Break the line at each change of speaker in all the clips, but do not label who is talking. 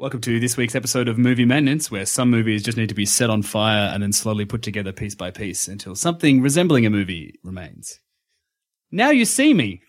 Welcome to this week's episode of Movie Maintenance, where some movies just need to be set on fire and then slowly put together piece by piece until something resembling a movie remains. Now you see me.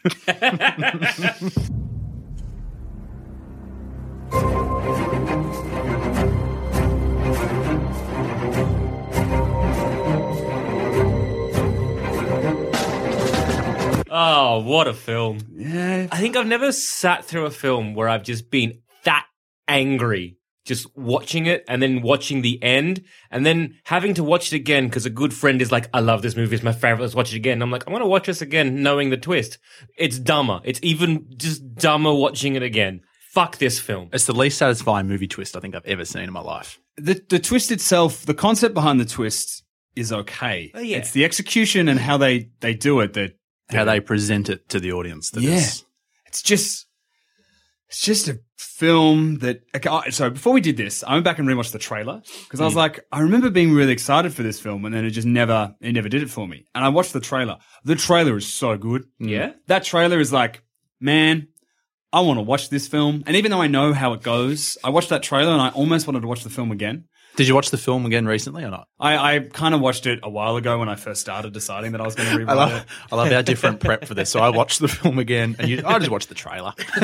Oh, what a film.
Yeah.
I think I've never sat through a film where I've just been that angry just watching it and then watching the end and then having to watch it again because a good friend is like, I love this movie. It's my favorite. Let's watch it again. And I'm like, I want to watch this again knowing the twist. It's dumber. It's even just dumber watching it again. Fuck this film.
It's the least satisfying movie twist I think I've ever seen in my life.
The the twist itself, the concept behind the twist is okay.
Oh, yeah.
It's the execution and how they they do it that
How they present it to the audience. That
Yeah.
is-
it's just it's just a film that okay, I- so before we did this i went back and rewatched the trailer because i
Mm.
was like i remember being really excited for this film and then it just never it never did it for me and i watched the trailer the trailer is so good
Mm.
Yeah?
that trailer is like man i want to watch this film and even though i know how it goes i watched that trailer and i almost wanted to watch the film again
Did you watch the film again recently or not?
i, I kind of watched it a while ago when i first started deciding that i was going to
I
rewatch
love,
it
I love our different prep for this. So I watched the film again, and you, I just watched the trailer.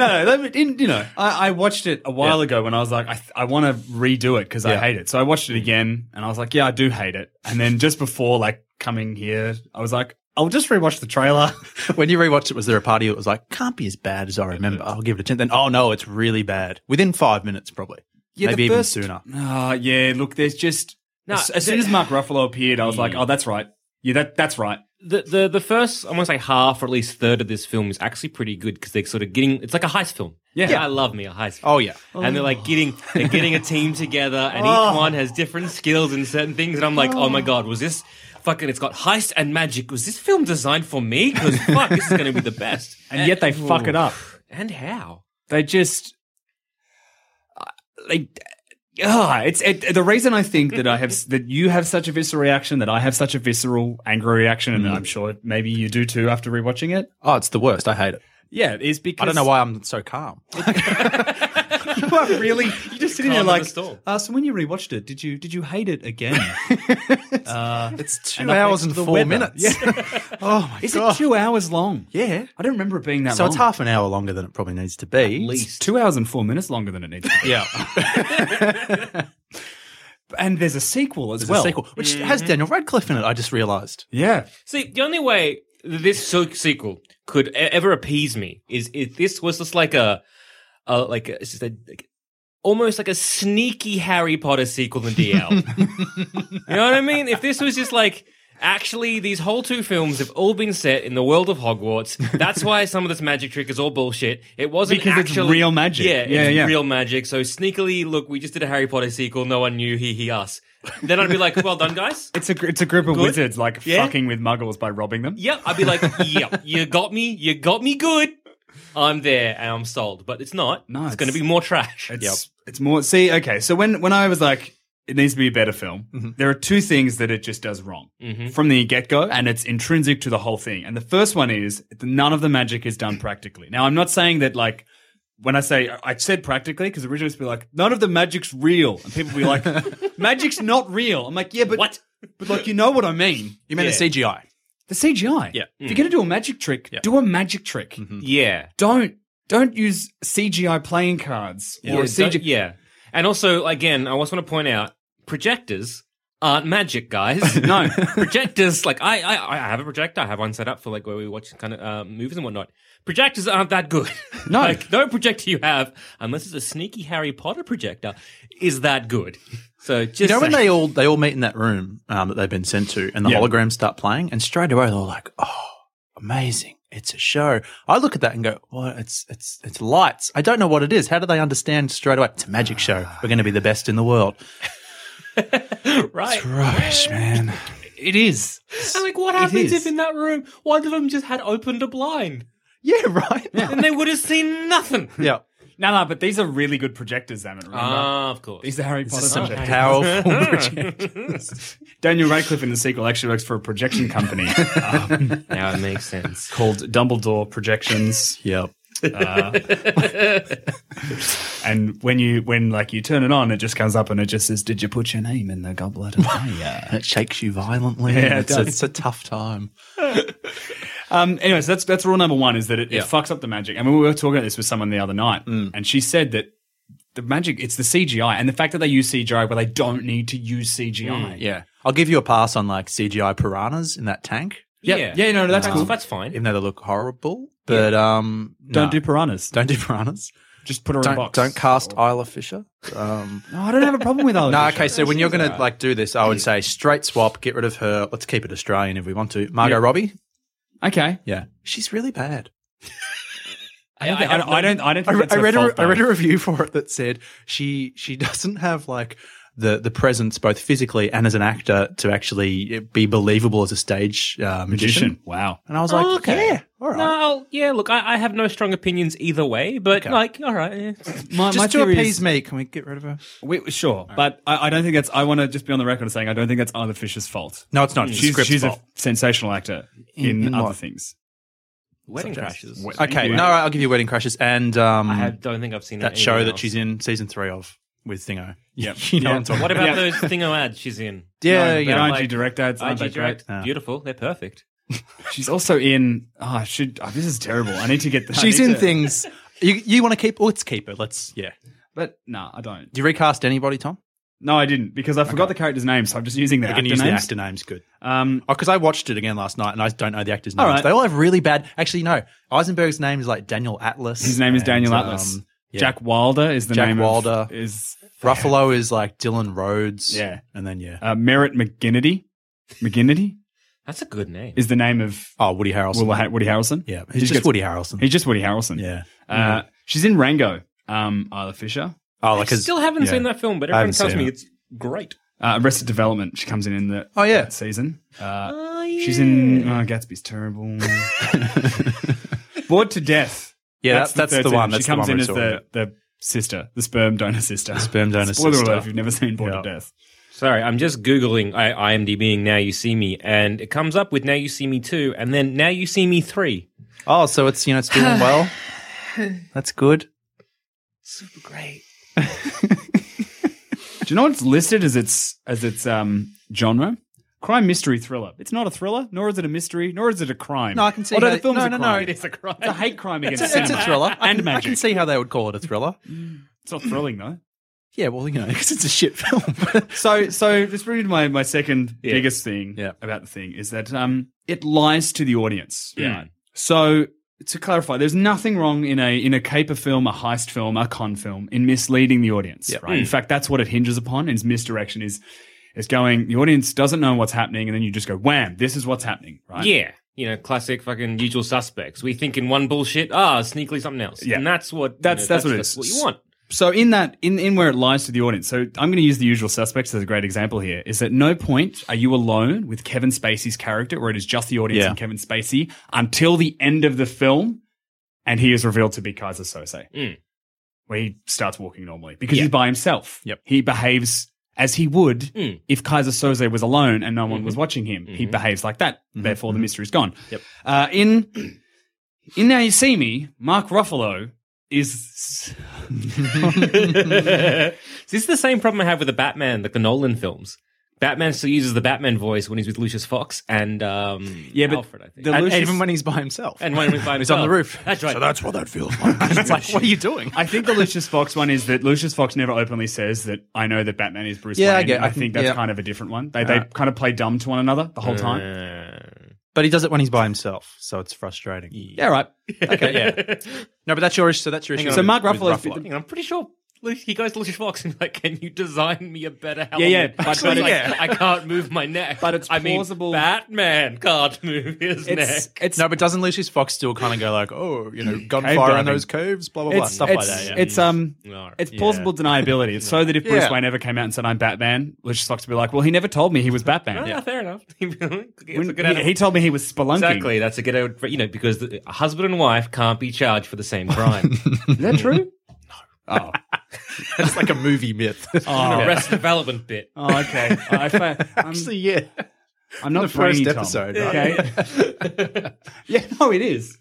no, no, that- in, you know, I, I watched it a while ago when I was like, I, th- I want to redo it because I
Yeah.
hate it. So I watched it again and I was like, yeah, I do hate it. And then just before like coming here, I was like, I'll just rewatch the trailer.
When you rewatched it, was there a party that was like, can't be as bad as I remember? I'll give it a chance. Then, oh no, it's really bad. Within five minutes, probably. Maybe even sooner.
Ah, yeah. Look, there's just
No,
as, as
the-
soon as Mark Ruffalo appeared, I was like, oh, that's right. Yeah, that that's right.
the the the first I want to say half or at least third of this film is actually pretty good because they're sort of getting it's like a heist film.
Yeah.
I love me a heist. Film.
Oh, yeah.
and they're like getting they're getting a team together, and each one has different skills and certain things. And I'm like, oh my god, was this fucking? It's got heist and magic. Was this film designed for me? Because fuck, this is going to be the best.
And yet they
Eh,
fuck it up.
And how?
They just I- like ah, it's it, the reason I think that I have that you have such a visceral reaction, that I have such a visceral angry reaction, and
Mm.
I'm sure maybe you do too after rewatching it.
Oh, it's the worst. I hate it.
Yeah, is because
I don't know why I'm so calm.
you are really you just sitting there
Calm in the
like.
storm.
Uh, so when you rewatched it, did you did you hate it again? uh,
It's two
And up next
hours and
to the
four
weather.
minutes. oh, my
is
God.
it two hours long?
Yeah.
I don't remember it being that
So
long.
it's half an hour longer than it probably needs to be.
It's two hours and four minutes longer than it needs. to be.
Yeah.
And there's a sequel as
There's
well.
a sequel, which has Daniel Radcliffe in it, I just realised.
Yeah,
See, the only way this so- sequel could e- ever appease me is if this was just like a, a like a, it's just a, like, almost like a sneaky Harry Potter sequel in DL. you know what I mean? If this was just like. Actually, these whole two films have all been set in the world of Hogwarts. That's why some of this magic trick is all bullshit. It wasn't
Because it's
actually
real magic.
Yeah,
Yeah,
it's
yeah.
real magic. So sneakily, look, we just did a Harry Potter sequel. No one knew. He, he, us. Then I'd be like, well done, guys.
It's a gr- it's a group of
Good?
wizards like
Yeah.
fucking with muggles by robbing them.
Yep. I'd be like, yep, you got me. You got me good. I'm there and I'm sold. But it's not.
No,
it's,
it's-
going to be more trash.
It's, it's more. See, okay. So when when I was like, it needs to be a better film.
Mm-hmm.
There are two things that it just does wrong from the get go, and it's intrinsic to the whole thing. And the first one is that none of the magic is done practically. Now, I'm not saying that like. When I say I said practically, because originally it's be like none of the magic's real, and people be like, "Magic's not real." I'm like, "Yeah, but
What?
But like, you know what I mean?
You meant the CGI.
The CGI.
Yeah.
If you're gonna do a magic trick, do a magic trick.
Yeah.
Don't don't use CGI playing cards or
Yeah,
CGI.
don't- yeah. And also, again, I also want to point out projectors aren't magic, guys. no, projectors. Like I, I, I have a projector. I have one set up for like where we watch kind of uh, movies and whatnot. Projectors aren't that good.
No.
like no projector you have, unless it's a sneaky Harry Potter projector, is that good. So just
You know when
saying.
they all they all meet in that room um, that they've been sent to, and the
Yeah.
holograms start playing, and straight away they're all like, "Oh, amazing! It's a show." I look at that and go, "Well, it's it's it's lights. I don't know what it is. How do they understand straight away? It's a magic show.
Ah,
We're going to be the best in the world."
right.
Rubbish, man.
It is.
And like, what
is.
happens if in that room one of them just had opened a blind?
Yeah, right.
Then they would have seen nothing.
yeah.
No, no, but these are really good projectors, Zamet, remember?
Ah, of course.
these are Harry Potter.
Some
projectors.
powerful project.
Daniel Radcliffe in the sequel actually works for a projection company um,
now it makes sense.
called Dumbledore Projections.
Yep.
And when you when like you turn it on, it just comes up and it just says, "Did you put your name in the goblet of fire?"
And it shakes you violently.
Yeah,
and
it
it's, a,
does.
it's a tough time.
Um, anyways, that's that's rule number one is that it,
Yeah.
it fucks up the magic. I mean, we were talking about this with someone the other night,
Mm.
and she said that the magic it's the CGI and the fact that they use CGI where they don't need to use CGI.
Mm, Yeah. I'll give you a pass on like CGI piranhas in that tank,
Yeah. Yeah, no, no, that's cool.
That's fine.
even though they look horrible. But um,
Don't
no.
do piranhas.
don't do piranhas.
Just put her in a
don't,
box.
don't cast Isla Fisher. Um,
No, I don't have a problem with that.
no, okay. So when you're going to like do this, I would say straight swap, get rid of her. Let's keep it Australian if we want to. Margot Robbie.
okay,
Yeah, she's really bad.
I, don't- I, don't- I don't. I don't.
I,
Think
re-
that's
I
her
read a,
fault,
I read
though.
a review for it that said she she doesn't have like the the presence both physically and as an actor to actually be believable as a stage uh, magician.
magician. Wow.
And I was like,
okay.
yeah, all right.
No, I'll- yeah. Look, I, I have no strong opinions either way, but like, all right. yeah.
My,
Just to appease me, can we get rid of her?
we, sure, but I, I don't think that's. I want to just be on the record saying I don't think that's Isla Fisher's fault.
No, it's not. It's the
she's
script's
she's a
fault.
sensational actor in,
in
other
what?
things.
Wedding
Such as-
crashes.
Wed-
Okay,
Thank you.
no, all right, I'll give you Wedding Crashes and um,
I have- don't think I've seen
that
it
show
anywhere
that
else.
she's in season three of with Thingo.
Yeah.
you know
Yeah.
what I'm talking
What about
Yeah.
those Thingo ads she's in?
Yeah,
No,
you
but
know,
IG
like-
direct ads. aren't they
IG
great?
Direct,
Yeah.
beautiful. They're perfect.
She's also in. Oh, I should. Oh, this is terrible. I need to get. I
She's
need
in
to-
things. You you want to keep? Oh, let's keep her. Let's yeah.
but no, I don't.
Do you recast anybody, Tom?
No, I didn't because I forgot the character's name, so I'm just using their
We're
actor
gonna use
names.
the actor names. Good.
Um,
Oh, because I watched it again last night and I don't know the actors' names.
All right.
They all have really bad. Actually, no. Eisenberg's name is like Daniel Atlas.
his name is
and,
Daniel
um,
Atlas.
yeah.
Jack Wilder is the
Jack
name. of-
Wilder.
is
Ruffalo is like Dylan Rhodes.
Yeah.
and then yeah.
uh, Merritt McGinnity. McGinnity
That's a good name.
is the name of
oh, Woody Harrelson.
Will- Woody Harrelson.
yeah,
He
he's just
gets-
Woody Harrelson.
He's just Woody Harrelson.
yeah.
Uh, she's in Rango. Um, Isla Fisher.
Oh, like
I
'cause-
still haven't
yeah.
seen that film, but
I
everyone
haven't
tells
seen
me
it.
it's great.
Uh, Arrested Development. She comes in in the
Oh, yeah.
that season. Uh,
Oh, yeah.
She's in. Oh, Gatsby's terrible. Bored to death.
Yeah, that's that's, the
third season.
one. That's
she comes
the one
in
we're
as
talking
the, the sister, the sperm donor sister.
sperm donor
Spoiler
sister.
alert if you've never seen Bored
Yeah.
to Death.
Sorry, I'm just googling I- IMDbing Now You See Me, and it comes up with Now You See Me two, and then Now You See Me three.
about. Oh, so it's you know it's doing well. That's good.
Super great.
Do you know what's listed as its as its um, genre? Crime mystery thriller. It's not a thriller, nor is it a mystery, nor is it a crime.
No, I can see
Although
how-
the film's
no,
a
no, no,
crime.
it is
a crime. It's a hate crime
It's
against
a, it's a
cinema.
thriller. I
and
can, I
magic.
can see how they would call it a thriller.
It's not thrilling though.
Yeah, well, you know, because it's a shit film.
So, so this brings me to my my second
Yeah.
biggest thing
Yeah.
about the thing is that um, it lies to the audience.
Mm.
Yeah.
Right. So to clarify, there's nothing wrong in a in a caper film, a heist film, a con film in misleading the audience.
Yeah.
Right. In fact, that's what it hinges upon. Is misdirection is is going the audience doesn't know what's happening, and then you just go wham, this is what's happening. Right.
Yeah. You know, classic fucking usual suspects. We think in one bullshit, ah, sneakily something else.
Yeah.
And that's what you
That's-
know,
that's what it
that's
is.
what you want.
So in that in in where it lies to the audience. So I'm going to use the usual suspects as a great example here. Is at no point are you alone with Kevin Spacey's character, or it is just the audience
Yeah.
and Kevin Spacey until the end of the film, and he is revealed to be Kaiser Sose,
Mm.
where he starts walking normally because he's by himself. Yep, he behaves as he would if Kaiser Soze was alone and no one was watching him. He behaves like that. Therefore, the mystery's gone. Yep. Uh, in in Now You See Me, Mark Ruffalo is
this is the same problem I have with the Batman, like the Nolan films. Batman still uses the Batman voice when he's with Lucius Fox and um,
Yeah, but
Alfred, I think.
the
and,
And
Lucius-
even when he's by himself.
and when he's by
he's on the
himself.
roof.
That's right.
So that's what that feels like. it's like, what are you doing?
I think the Lucius Fox one is that Lucius Fox never openly says that I know that Batman is Bruce
Yeah, I
Wayne.
get-
and I
I
think
think-
that's
yeah.
kind of a different one. They, they kind of play dumb to one another the whole time.
But he does it when he's by himself, so it's frustrating. Yeah.
yeah, right.
Okay, yeah. No, but that's your issue. So that's your issue.
on. So Mark Ruffalo's-
Hang on, I'm pretty sure Lu- he goes to Lucius Fox and like, can you design me a better helmet?
yeah,
but,
actually,
it's like,
yeah.
I can't move my neck.
But it's
I mean,
plausible-
Batman can't move his
It's,
neck.
it's
no, but doesn't Lucius Fox still kind of go like, oh, you know, gunfire
diving.
in those caves, blah, blah, blah,
it's,
stuff
it's,
like that. Yeah.
It's um,
All right.
it's
Yeah.
plausible deniability. It's so that if Bruce
Yeah.
Wayne ever came out and said I'm Batman, Lucius Fox would be like, well, he never told me he was Batman.
Ah, fair enough. It's a
When-
good
he,
animal.
he told me he was spelunking.
Exactly. That's a good, out- you know, because the, a husband and wife can't be charged for the same crime.
Is that true? no. Oh.
It's like a movie myth.
An arrest development bit.
Oh, okay. I fa- I'm,
Actually, yeah.
I'm not
the first
brainy, Tom.
episode, right?
Okay. yeah. No, it is.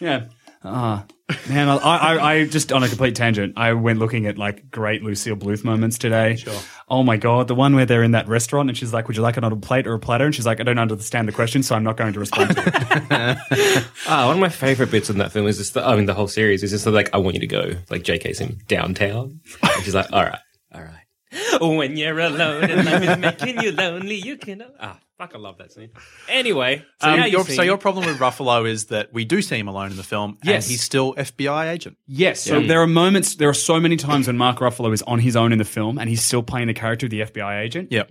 Yeah. Ah, man, I, I, I just on a complete tangent. I went looking at like great Lucille Bluth moments today. Sure. Oh my god, the one where they're in that restaurant and she's like, "Would you like it on a plate or a platter?" And she's like, "I don't understand the question, so I'm not going to respond." to it.
Ah, one of my favorite bits in that film is just, the, I mean, the whole series is just like, I want you to go, like, JK's in downtown. And she's like, all right, all right. When you're alone and life is making you lonely, you can. Ah, fuck, I love that scene. Anyway, so,
Um,
now
your,
you've
so
seen-
your problem with Ruffalo is that we do see him alone in the film,
Yes.
and he's still FBI agent.
yes. So there are moments. There are so many times when Mark Ruffalo is on his own in the film and he's still playing the character of the FBI agent.
Yeah,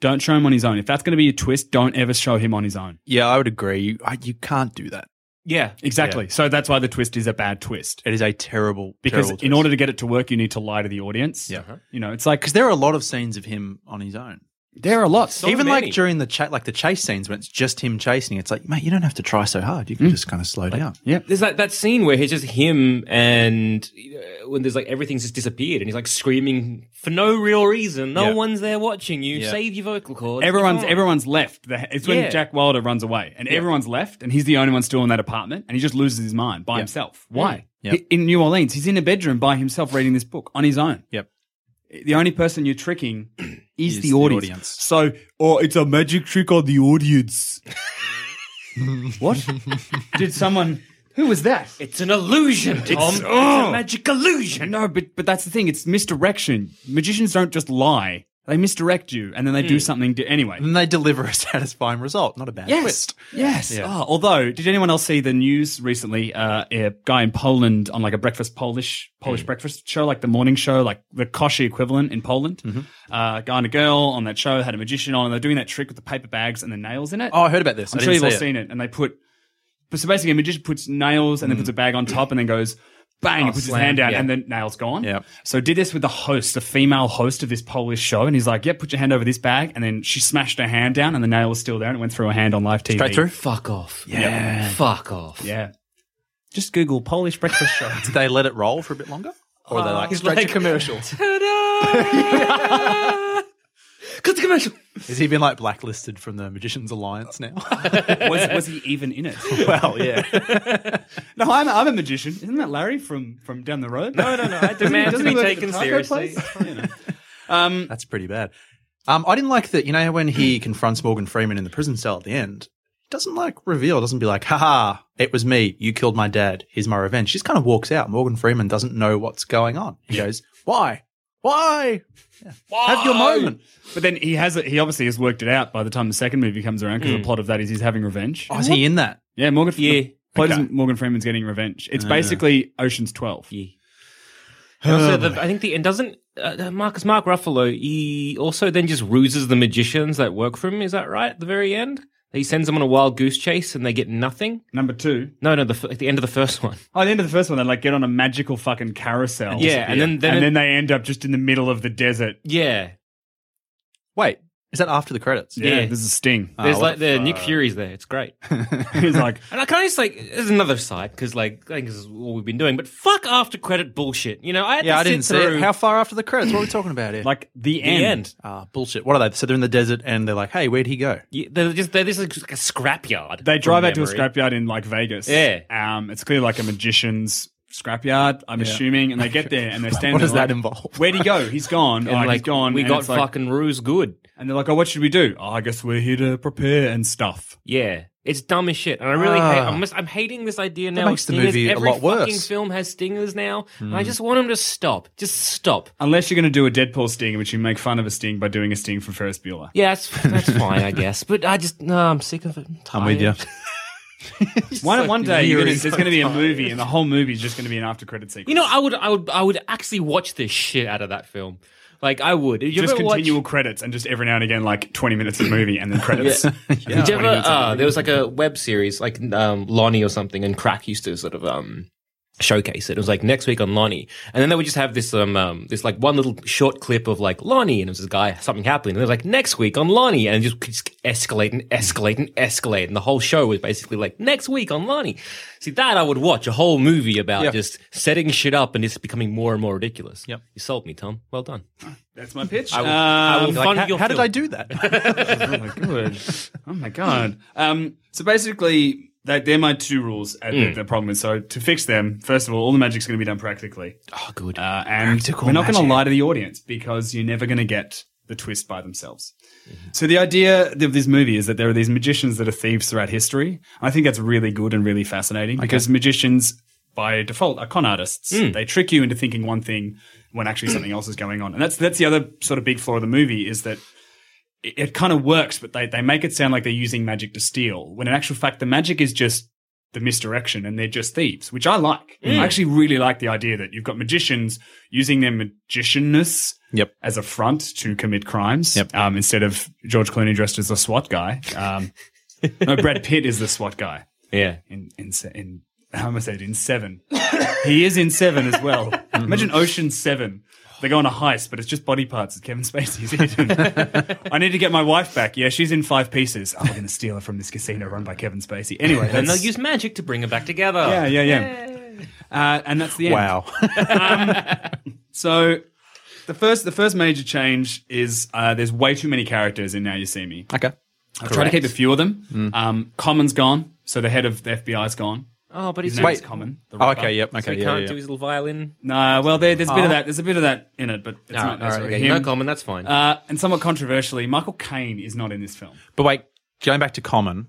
Don't show him on his own. If that's going to be a twist, don't ever show him on his own.
yeah, I would agree. You, I, you can't do that.
Yeah.
Exactly. So that's why the twist is a bad twist.
It is a terrible
because
terrible
in
twist.
order to get it to work, you need to lie to the audience.
Yeah.
you know, it's like
because there are a lot of scenes of him on his own.
there are lots.
So
Even
many.
like during the chat, like the chase scenes when it's just him chasing, it's like, mate, you don't have to try so hard. You can just kind of slow down.
yeah,
There's that, that scene where it's just him and uh, when there's like everything's just disappeared and he's like screaming for no real reason. No
Yeah.
one's there watching you.
Yeah.
Save your vocal cords.
everyone's
Come on.
everyone's left. The- It's when
oh. Yeah.
Jack Wilder runs away, and everyone's left, and he's the only one still in that apartment, and he just loses his mind by himself. Why?
Yeah.
He- in New Orleans, he's in a bedroom by himself reading this book on his own.
Yep.
The only person you're tricking is
Is
the
the
audience.
audience.
So, oh, it's a magic trick on the audience. what? Did someone? Who was that?
It's an illusion, Tom. Um, It's,
oh.
a magic illusion.
No, but but that's the thing. It's misdirection. Magicians don't just lie; they misdirect you, and then they
Hmm.
do something. Di- anyway,
And they deliver a satisfying result, not a bad
yes,
twist.
yes.
Yeah.
Oh, although, did anyone else see the news recently? Uh, a guy in Poland on like a breakfast Polish Polish
Hmm.
breakfast show, like the morning show, like the Koshi equivalent in Poland.
Mm-hmm.
Uh, guy and a girl on that show had a magician on, and they're doing that trick with the paper bags and the nails in it.
Oh, I heard about this.
I'm
I
sure
didn't
you've all
see it.
seen it. And they put, but so basically, a magician puts nails and then puts a bag on top and then goes bang, and puts
Oh, slam,
his hand down,
yeah.
and the nail's gone.
Yep.
So did this with the host, the female host of this Polish show, and he's like, "Yep, put your hand over this bag," and then she smashed her hand down, and the nail was still there, and it went through her hand on live TV.
Straight through.
Fuck off.
Yeah.
Fuck off.
Yeah. Just Google Polish breakfast show.
Did they let it roll for a bit longer? Or they like straight
Uh, like-
to commercials?
Ta-da! Cut the commercial.
Has he been like blacklisted from the Magicians Alliance now?
was, was he even in it?
Oh,
well, yeah.
No, I'm, I'm a magician. Isn't that Larry from from down the road?
No, no, no. I demand to
Doesn't
be
he work at
taken
the taco
seriously.
place? You know.
That's pretty bad. Um, I didn't like that. You know when he confronts Morgan Freeman in the prison cell at the end, he doesn't like reveal, doesn't be like, haha, it was me. You killed my dad. Here's my revenge. She just kind of walks out. Morgan Freeman doesn't know what's going on. He goes, why? Why? Yeah. Have your moment.
Oh. But then he has it. He obviously has worked it out by the time the second movie comes around because the plot of that is he's having revenge.
Oh, is he in that?
Yeah, Morgan. the
Yeah.
plot is
Okay.
Morgan Freeman's getting revenge. It's basically Ocean's Twelve.
And also, the, I think the and doesn't uh, Marcus Mark Ruffalo he also then just ruses the magicians that work for him. Is that right? At the very end, he sends them on a wild goose chase and they get nothing.
Number two.
No, no, the, f- at the end of the first one.
Oh, at the end of the first one, they like get on a magical fucking carousel.
Yeah, and then- then
and
it-
then they end up just in the middle of the desert.
Yeah,
Wait, Is that after the credits?
Yeah,
Yeah. Ah,
this is Sting.
There's
what
like
the
the Nick Fury's there. It's great.
He's like,
And I kind of just like there's another side because like I think this is what we've been doing, but fuck after credit bullshit. You know, I had
Yeah,
to
I
sit
didn't see
through
it. How far after the credits? What are we talking about here?
like the,
the
end.
end.
Ah, bullshit. What are they? So they're in the desert and they're like, hey, where'd he go?
Yeah, they're just they're, this is like a scrapyard.
They drive out to a
scrapyard.
scrapyard in like Vegas.
Yeah.
Um, it's clearly like a magician's scrapyard, I'm assuming. And they get there and they stand
What
there
does that
like,
involve?
Where'd he go? He's gone.
And
Oh,
like,
he's gone.
we
And
got
it's like-
fucking ruse good.
And they're like, oh, what should we do? Oh, I guess we're here to prepare and stuff.
Yeah, it's dumb as shit, and I really hate.
Ah.
I'm, just, I'm hating this idea
That
now. of
makes the
stingers.
movie a
Every
lot worse. Hmm.
Fucking film has stingers now, and I just want them to stop. Just stop.
Unless you're going to do a Deadpool sting, which you make fun of a sting by doing a sting from Ferris Bueller.
Yeah, that's that's fine, I guess. But I just no, I'm sick of it. I'm,
I'm with you.
tired.
One, one day, you're gonna,
leery
there's going to be a movie, and the whole movie is just going to be an after credit sequence.
You know, I would, I would, I would actually watch this shit out of that film. Like I would. Did you
just
ever watch-
continual credits, and just every now and again, like 20 minutes of the movie, and then credits.
Did you ever? Uh, there was like a web series, like um, Lonnie or something, and Crack used to sort of um, showcase it. It was like next week on Lonnie, and then they would just have this um, um this like one little short clip of like Lonnie, and it was this guy something happening, and it was like next week on Lonnie, and it just could just escalate and escalate and escalate, and the whole show was basically like next week on Lonnie. See that I would watch a whole movie about
Yeah.
just setting shit up and it's becoming more and more ridiculous.
Yep.
you sold me, Tom. Well done.
That's my pitch. Uh,
I will, I will
Like,
fund
Um, how-
your
how did
film.
I do that?
oh my god! Oh my god! Um, so basically, that, they're my two rules. At the, the problem is, so to fix them, first of all, all the magic's going to be done practically,
Oh, good.
uh, and
Practical
we're not going
magic.
to lie to the audience because you're never going to get the twist by themselves. So the idea of this movie is that there are these magicians that are thieves throughout history. I think that's really good and really fascinating because magicians. By default, are con artists. They trick you into thinking one thing when actually something else is going on, and that's that's the other sort of big flaw of the movie is that it, it kind of works, but they, they make it sound like they're using magic to steal, when in actual fact, the magic is just the misdirection and they're just thieves, which I like. I actually really like the idea that you've got magicians using their magicianness
Yep.
as a front to commit crimes
Yep.
um, instead of George Clooney dressed as the SWAT guy. Um, no, Brad Pitt is the SWAT guy
yeah.
in in se- in I almost said in seven. he is in seven as well. Imagine Ocean Seven. They go on a heist, but it's just body parts. that Kevin Spacey's hidden. I need to get my wife back. Yeah, she's in five pieces. I'm going to steal her from this casino run by Kevin Spacey. Anyway,
And they'll
that's,
use magic to bring them back together.
yeah, yeah, yeah. Uh, and that's the end.
wow.
So the first the first major change is uh, there's way too many characters in Now You See Me.
okay.
I've tried to keep a few of them.
Hmm.
Um, Common's gone, so the head of the FBI's gone.
Oh, but
His
he's
name is
Wait.
Common. the
Oh,
rapper.
okay. Yep. Okay.
So he
yeah,
can't
yeah,
do
yeah.
his little violin.
No, well, there, there's a
Oh.
bit of that. There's a bit of that in it, but it's not
Alright, alright,
necessarily
okay.
him.
No comment. That's fine.
uh, and somewhat controversially, Michael Caine is not in this film.
But wait, going back to Common,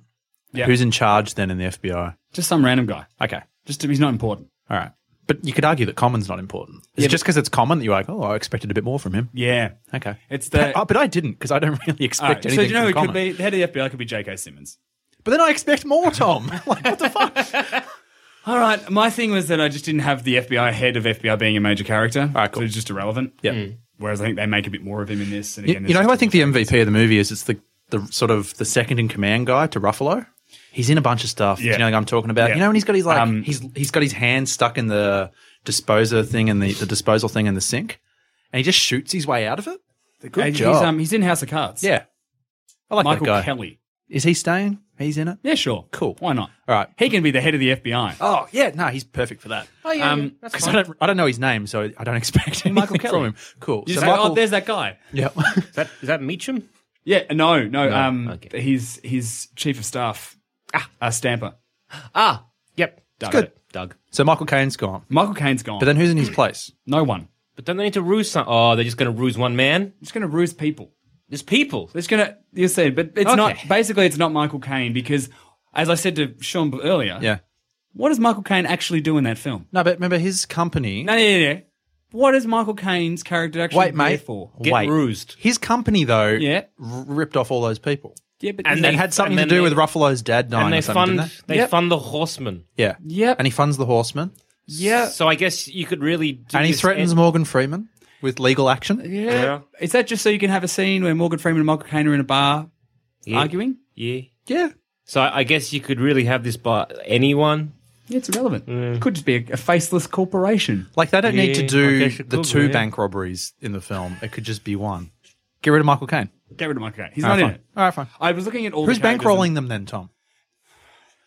Yeah.
who's in charge then in the FBI?
Just some random guy.
Okay.
Just he's not important.
All right. But you could argue that common's not important. It's just because it's common that you're like, oh, I expected a bit more from him.
Yeah,
Okay.
It's the-
Oh, but I didn't because I don't really
All right,
expect
so do
anything
you know who
from
it
common.
could be? The head of the FBI could be J.K. Simmons.
But then I expect more, Tom. like, what the fuck?
All right, my thing was that I just didn't have the FBI head of FBI being a major character. All
right, cool.
So it's just irrelevant. Mm.
Yeah.
Whereas I think they make a bit more of him in this. And
You,
again,
you
it's
know who
just-
I think the MVP of the movie is? It's the, the sort of the second in command guy to Ruffalo. He's in a bunch of stuff. Do
Yeah.
you know what I'm talking about?
Yeah.
You know when he's got his like
Um,
he's he's got his hand stuck in the disposer thing and the, the disposal thing in the sink, and he just shoots his way out of it. Good
Hey,
job.
He's, um, he's in House of Cards.
yeah, I like
Michael
that guy.
Kelly.
Is he staying? He's in it.
Yeah, sure.
Cool.
Why not?
All right.
He can be the head of the FBI.
Oh yeah, no, he's perfect for that.
oh yeah, um, that's
Because I don't, I don't know his name, so I don't expect anything
Michael Kelly.
from him. Cool.
You
so
say,
Michael,
oh, there's that guy.
yeah.
Is that, is that Meacham?
Yeah, no, no. um,
okay.
he's his chief of staff, ah, uh, Stamper.
Ah, yep.
Doug.
Good, Doug.
so Michael Caine's gone,
Michael Caine's gone,
but then who's in his place?
no one.
But don't they need to ruse? Some- oh, they're just going to ruse one man.
It's going to ruse people.
There's people.
It's going to you said, but it's
Okay.
not. Basically, it's not Michael Caine because, as I said to Sean earlier,
Yeah.
what does Michael Caine actually do in that film?
No, but remember his company.
No, no, no. no. What is Michael Caine's character actually
Wait,
there
mate.
for?
Get
Wait.
rused.
His company though,
Yeah.
r- ripped off all those people,
Yeah, but
And
and,
they-
had something to
and
do
then
with
they-
Ruffalo's dad dying.
And they
or something,
fund.
didn't
They fund the horsemen.
they? Yeah.
Yep.
And he funds the Horsemen,
yeah,
So I guess you could really. Do
and he
this
threatens
and-
Morgan Freeman with legal action.
yeah,
Yeah.
Is that just so you can have a scene where Morgan Freeman and Michael Caine are in a bar
Yeah.
arguing?
Yeah.
Yeah.
So I I guess you could really have this by anyone.
Yeah, it's irrelevant. It could just be a, a faceless corporation.
Like they don't need to
Yeah, I
do
guess it
the
could
two
be, yeah.
bank robberies in the film. It could just be one. Get rid of Michael Caine.
Get rid of Michael Caine. He's
Ah,
All
not
right,
in
fine.
it.
All right, fine.
I was looking at all.
Who's
the characters
bankrolling them then, Tom?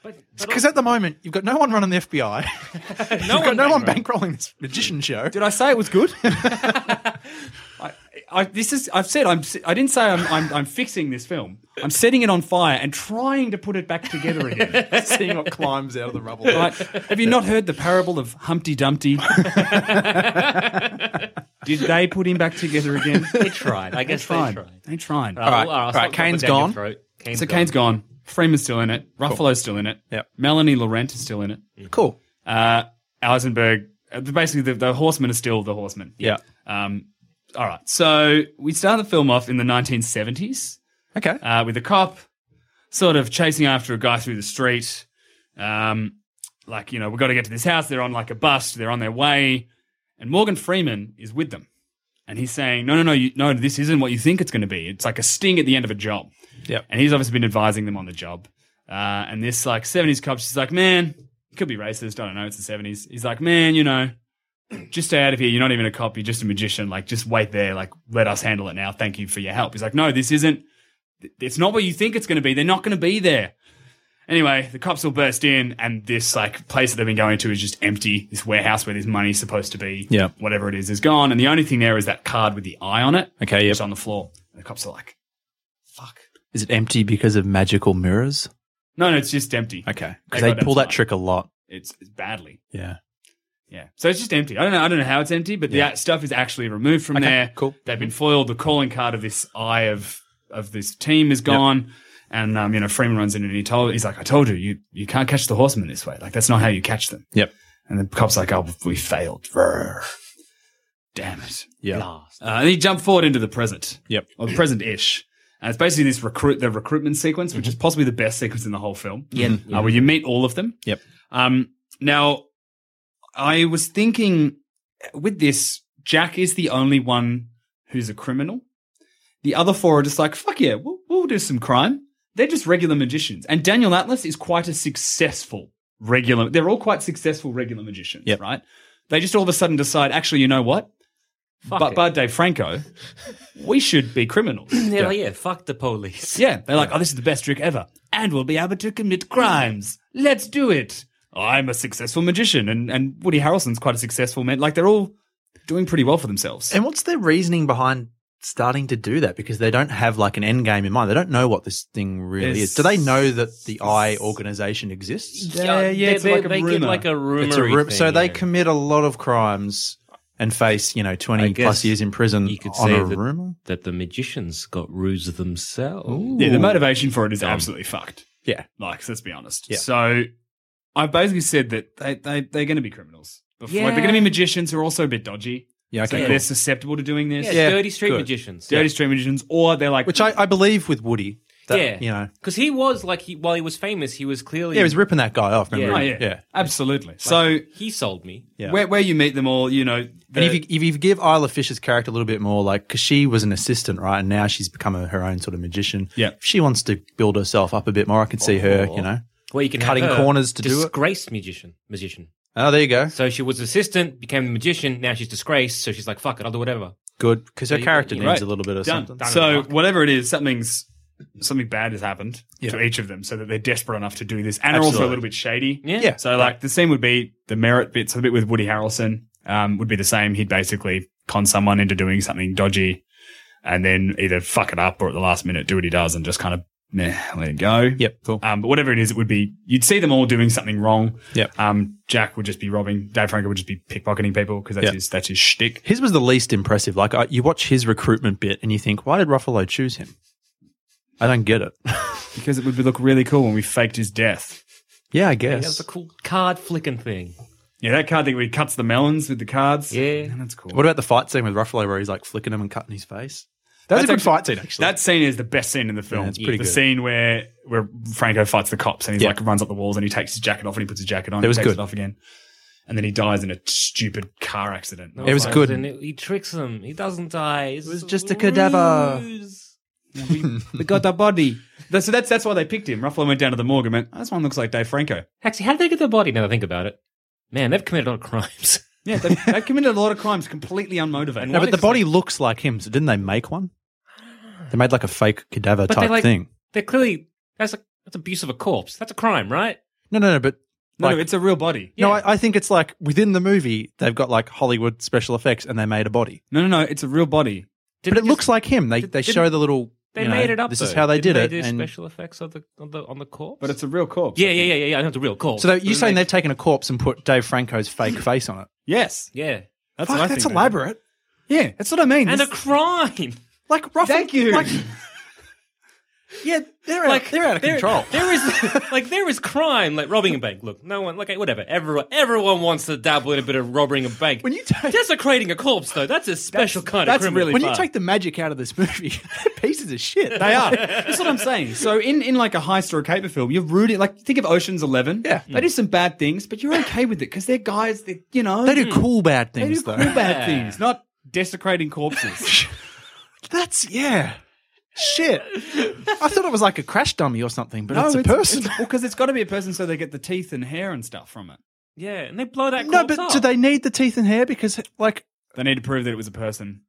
But, but
Because at the moment you've got no one running the FBI.
no
You've got
one,
no one bankrolling this magician show.
Did I say it was good? I, I, this is. I've said. I'm. I didn't say. I'm, I'm. I'm fixing this film. I'm setting it on fire and trying to put it back together again.
Seeing what climbs out of the rubble.
Right? Have you not heard the parable of Humpty Dumpty? Did they put him back together again?
They tried. I guess they
Fine.
tried.
They tried.
All
right, all right, Kane's gone.
Kane's
so Kane's gone. Freeman's still in it. Ruffalo's still in it.
Yep.
Melanie Laurent is still in it.
Cool.
Uh, Eisenberg. uh, Basically, the, the horsemen are still the horsemen.
Yeah.
Um, all right. So we start the film off in the 1970s
Okay.
uh, with a cop sort of chasing after a guy through the street. Um, like, you know, we've got to get to this house. They're on like a bus. They're on their way. And Morgan Freeman is with them. And he's saying, no, no, no, you, no, this isn't what you think it's going to be. It's like a sting at the end of a job.
Yep.
And he's obviously been advising them on the job. Uh, and this like 70s cop, she's like, man, it could be racist. I don't know. It's the 70s. He's like, man, you know, just stay out of here. You're not even a cop. You're just a magician. Like, just wait there. Like, let us handle it now. Thank you for your help. He's like, no, this isn't. It's not what you think it's going to be. They're not going to be there. Anyway, the cops will burst in, and this like place that they've been going to is just empty. This warehouse where this money's supposed to be,
Yeah.
whatever it is, is gone. And the only thing there is that card with the eye on it.
Okay, yep.
it's on the floor. And the cops are like, "Fuck."
Is it empty because of magical mirrors?
No, no, it's just empty.
Okay.
They
Because they
got that
pull that
far.
trick a lot.
It's, it's badly.
Yeah.
Yeah. So it's just empty. I don't know. I don't know how it's empty, but the stuff is actually removed from
Okay,
there.
cool.
They've been foiled. The calling card of this eye of of this team is gone. And um, you know, Freeman runs in and he told he's like, "I told you, you you can't catch the horsemen this way. Like that's not how you catch them."
Yep.
And the cop's like, "Oh, we failed. Brr. Damn it."
Yeah.
Last.
Uh, and he jumped forward into the present.
Yep.
Or the present ish. And it's basically this recruit, the recruitment sequence, which is
Mm-hmm.
possibly the best sequence in the whole film. Yeah. Uh, where you meet all of them.
Yep.
Um, now, I was thinking uh, with this, Jack is the only one who's a criminal. The other four are just like, fuck yeah, we'll, we'll do some crime. They're just regular magicians. And Daniel Atlas is quite a successful regular, they're all quite successful regular magicians,
Yep.
right? They just all of a sudden decide, actually, you know what?
Fuck
but
it.
Bud DeFranco, we should be criminals.
yeah, like, yeah, fuck the police.
Yeah, they're like, oh, this is the best trick ever, and we'll be able to commit crimes. Let's do it. I'm a successful magician, and and Woody Harrelson's quite a successful man. Like they're all doing pretty well for themselves.
And what's their reasoning behind starting to do that? Because they don't have like an end game in mind. They don't know what this thing really
There's-
is. Do they know that the I organization exists?
Yeah, yeah,
they,
it's
they,
like a
they get
rumour.
like a rumor.
It's a ru-
thing,
so they
yeah.
commit a lot of crimes and face you know
I
twenty
guess
plus years in prison
you could
on
say
a
that-
rumor.
that the magicians got ruse themselves.
yeah, the motivation for it is absolutely fucked.
Yeah.
Like, let's be honest.
Yeah.
So I basically said that they they they're going to be criminals. Before.
Yeah.
They're going to be magicians who are also a bit dodgy.
Yeah,
So
okay,
they're
cool.
susceptible to doing this.
Yeah,
Yeah,
dirty street
good.
magicians.
Dirty street magicians, or they're like,
Which I, I believe with Woody. That,
yeah,
you know,
because he was like he while he was famous, he was clearly
yeah, he was ripping that guy off. Remember?
oh,
He-
yeah, absolutely. so
he sold me.
yeah.
where where you meet them all, you know,
and if
the-
you, if you give Isla Fisher's character a little bit more, like, because she was an assistant, right? And now she's become a, her own sort of magician.
Yeah.
If she wants to build herself up a bit more, I could see
Oh.
her, you know.
Well, you can
Cutting
have her
corners to do it.
disgraced magician magician.
Oh, there you go.
So she was assistant, became the magician. Now she's disgraced, so she's like, "Fuck it, I'll do whatever."
Good. Because her
you-
character
you-
needs
Right.
a little bit of
Done.
something.
So
Done.
whatever it is, something's something bad has happened
Yeah.
to each of them, so that they're desperate enough to do this, and are also a
Absolutely.
little bit shady.
Yeah.
Yeah.
So like the scene would be the merit bit, so the bit with Woody Harrelson um, would be the same. He'd basically con someone into doing something dodgy, and then either fuck it up or at the last minute do what he does and just kind of meh, let it go.
Yep. Cool.
Um, but whatever it is, it would be you'd see them all doing something wrong.
Yep.
Um, Jack would just be robbing. Dave Franco would just be pickpocketing people because that's
Yep.
his that's his shtick.
His was the least impressive. Like, I, you watch his recruitment bit and you think, why did Ruffalo choose him? I don't get it.
Because it would look really cool when we faked his death.
yeah, I
That was
guess.
a cool card flicking thing.
Yeah, that card thing where he cuts the melons with the cards.
Yeah.
Man, that's cool.
What about the fight scene with Ruffalo where he's like flicking him and cutting his face? That was
That's
a good
actually-
fight scene, actually.
that scene is the best scene in the film.
Yeah, it's
the
pretty good.
scene where where Franco fights the cops and he
Yeah.
like runs up the walls and he takes his jacket off and he puts his jacket on.
It was
he takes
good.
it off again, and then he dies in a stupid car accident.
And I
It was
like,
good.
"Then it- he tricks him. He doesn't die. It
was just a cadaver."
we, we got the body. That's, so that's that's why they picked him. Ruffalo went down to the morgue and went, "This one looks like Dave Franco."
Actually, how did they get their body? Now that I think about it, man, they've committed a lot of crimes.
Yeah, they've, they've committed a lot of crimes completely unmotivated.
no, but the body looks like him, so didn't they make one? They made like a fake cadaver
But they,
type
like-
thing.
They're clearly that's a, that's abuse of a corpse. That's a crime, right?
No, no, no. But
No,
like,
no, it's a real body.
no,
yeah.
I, I think it's like within the movie they've got like Hollywood special effects and they made a body,
No, no, no, it's a real body.
Didn't
but it
just-
looks like him. They
did-
they
didn't-
show the little.
they
you know,
made it up.
This is
though.
how they
Didn't
did it.
do
and-
special effects on the on the on the corpse.
But it's a real corpse.
yeah,
I
yeah,
think.
yeah, yeah, yeah. I know it's a real corpse.
so you're
But
saying
they-
they've taken a corpse and put Dave Franco's fake face on it?
Yes.
yeah,
That's
Fuck,
what I
that's
think, man.
elaborate.
Yeah, that's what I mean.
and a
This-
crime.
Like roughly.
Thank you.
Like, yeah, they're out,
Like
they're out of
there-
control.
There is like there is crime, like robbing a bank. Look, no one like whatever. Everyone everyone wants to dabble in a bit of robbing a bank.
When you take-
desecrating a corpse, though, that's a special kind
that's
of criminal.
really
When you
far.
take the magic out of this movie, they're pieces of shit.
They are. That's what I'm saying. So in, in like a heist or a caper film, you're rooting like think of Ocean's Eleven.
Yeah.
they do some bad things, but you're okay with it because they're guys that you know
They do cool bad
they
things
do cool
though.
bad things, not desecrating corpses.
That's yeah. Shit. I thought it was like a crash dummy or something, but it's a person.
because it's got to be a person, so they get the teeth and hair and stuff from it.
yeah, and they blow that.
no,
corpse
but
up.
do they need the teeth and hair? Because like
They need to prove that it was a person.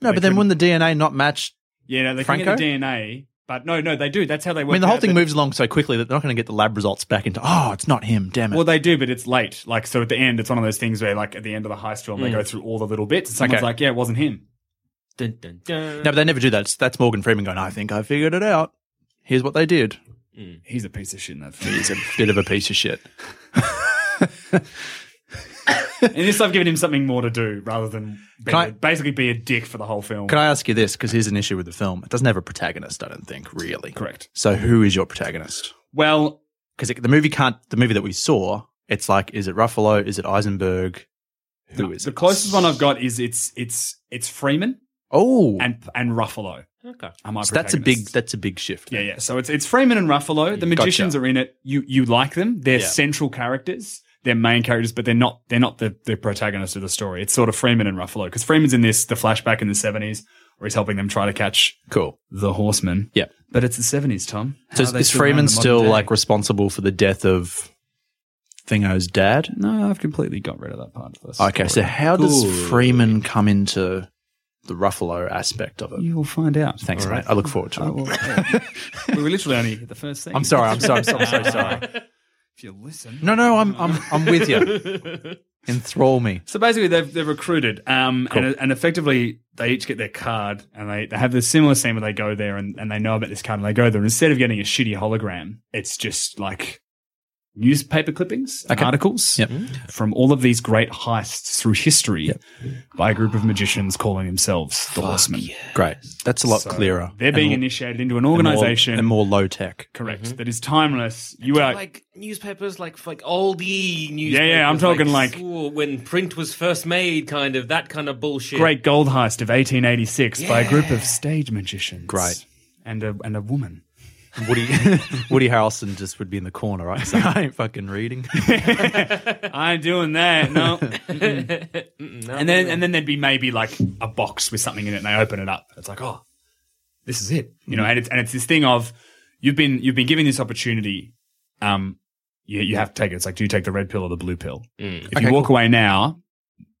no,
They
but then wouldn't the DNA not match?
Yeah, no, they
Franco?
can get the DNA, but no, no, they do. That's how they
I
work.
mean, the whole
out
thing
that-
moves along so quickly that they're not going to get the lab results back into. Oh, it's not him. Damn it.
Well, they do, but it's late. Like, so at the end, it's one of those things where, like, at the end of the heist film, they go through all the little bits. And someone's
Mm. Okay.
like, "Yeah, it wasn't him."
Dun, dun, dun.
no, but they never do that. It's- That's Morgan Freeman going. I think I figured it out. Here's what they did.
He's a piece of shit in that film.
He's a bit of a piece of shit.
In this, I've given him something more to do rather than be-
Can I-
basically be a dick for the whole film.
Can I ask you this? Because here's an issue with the film. It doesn't have a protagonist. I don't think really.
Correct.
So who is your protagonist?
Well,
because the movie can't the movie that we saw it's like is it ruffalo is it eisenberg Who is
the, the
it?
closest one I've got is it's it's it's Freeman
oh
and and Ruffalo.
Okay.
Are my
so that's a big
protagonists.
that's a big shift
Yeah, yeah. So it's it's Freeman and Ruffalo. The magicians
Gotcha.
are in it. You you like them. They're
Yeah.
central characters. They're main characters, but they're not they're not the, the protagonist of the story. It's sort of Freeman and Ruffalo because Freeman's in this the flashback in the seventies where he's helping them try to catch
cool
the horseman.
Yeah.
but it's the seventies, Tom.
so
How
is,
are they
is
still around in
freeman
the modern
still
day?
like responsible for the death of thingo's dad
No, I've completely got rid of that part of this.
okay so how does freeman come into the ruffalo aspect of it
You will find out.
thanks mate i look forward to
I
it
will- we were literally only at the first thing.
i'm sorry i'm sorry i'm sorry, I'm so sorry
If you listen.
no no i'm i'm, I'm with you enthrall me
So basically, they've they're recruited, um, and, and effectively they each get their card, and they, they have this similar scene where they go there and, and they know about this card, and they go there. And instead of getting a shitty hologram, it's just like newspaper clippings, and
Okay.
articles
Yep.
from all of these great heists through history by a group of magicians calling themselves the Horsemen.
great that's a lot
So
clearer
They're
And
being
more-
initiated into an
and more-
organization.
and more Mm-hmm. low tech
correct that is timeless. You are
like newspapers, like like oldie
yeah,
newspapers.
I'm talking like-
ooh, when print was first made, kind of that kind of bullshit.
Great Gold Heist of 1886 by a group of stage magicians.
Great.
And a, and a woman.
Woody Woody Harrelson just would be in the corner, right? So I ain't fucking reading.
I ain't doing that. No. and then and then there'd be maybe like a box with something in it, and they open it up. It's like, oh, this is it, you know. And it's and it's this thing of you've been you've been given this opportunity. Um, you you have to take it. It's like, do you take the red pill or the blue pill?
Mm.
If you walk away now,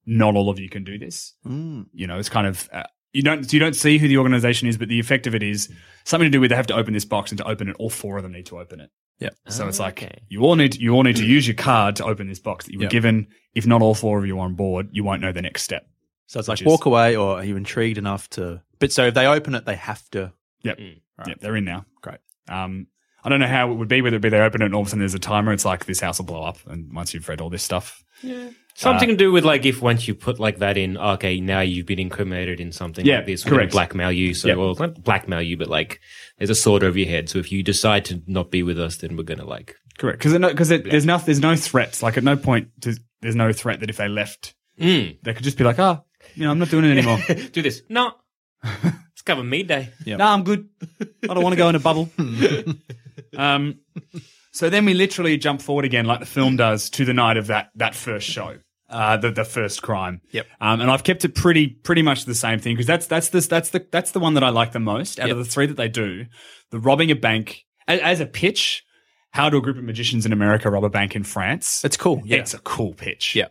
not all of you can do this. You know, it's kind of. Uh, you don't you don't see who the organization is, but the effect of it is something to do with they have to open this box, and to open it, all four of them need to open it.
Yep.
So it's like
okay.
you all need you all need to use your card to open this box that you were
Yep.
given. If not all four of you are on board, you won't know the next step.
So it's like
Which is-
walk away, or are you intrigued enough to? But so if they open it, they have to.
Yep. Yep, they're in now.
Great.
Um, I don't know how it would be, whether it be they open it and all of a sudden there's a timer. It's like this house will blow up, and once you've read all this stuff,
Something to do with like Uh, if once you put like that in, okay, now you've been incriminated in something
Yeah,
like this, we're gonna
correct.
blackmail you. So
Yeah.
well, not blackmail you, but like there's a sword over your head. So if you decide to not be with us, then we're gonna like
correct? Because because there's no there's no threats. Like at no point does, there's no threat that if they left, they could just be like, ah, you know, I'm not doing it anymore.
do this. No, it's cover me day.
No, I'm good. I don't want to go in a bubble. um, so then we literally jump forward again, like the film does, to the night of that that first show, uh, the the first crime.
Yep.
Um, and I've kept it pretty pretty much the same thing because that's that's this that's the that's the one that I like the most out of the three that they do. The robbing a bank a- as a pitch How do a group of magicians in America rob a bank in France?
It's cool. Yeah.
It's a cool pitch.
Yeah.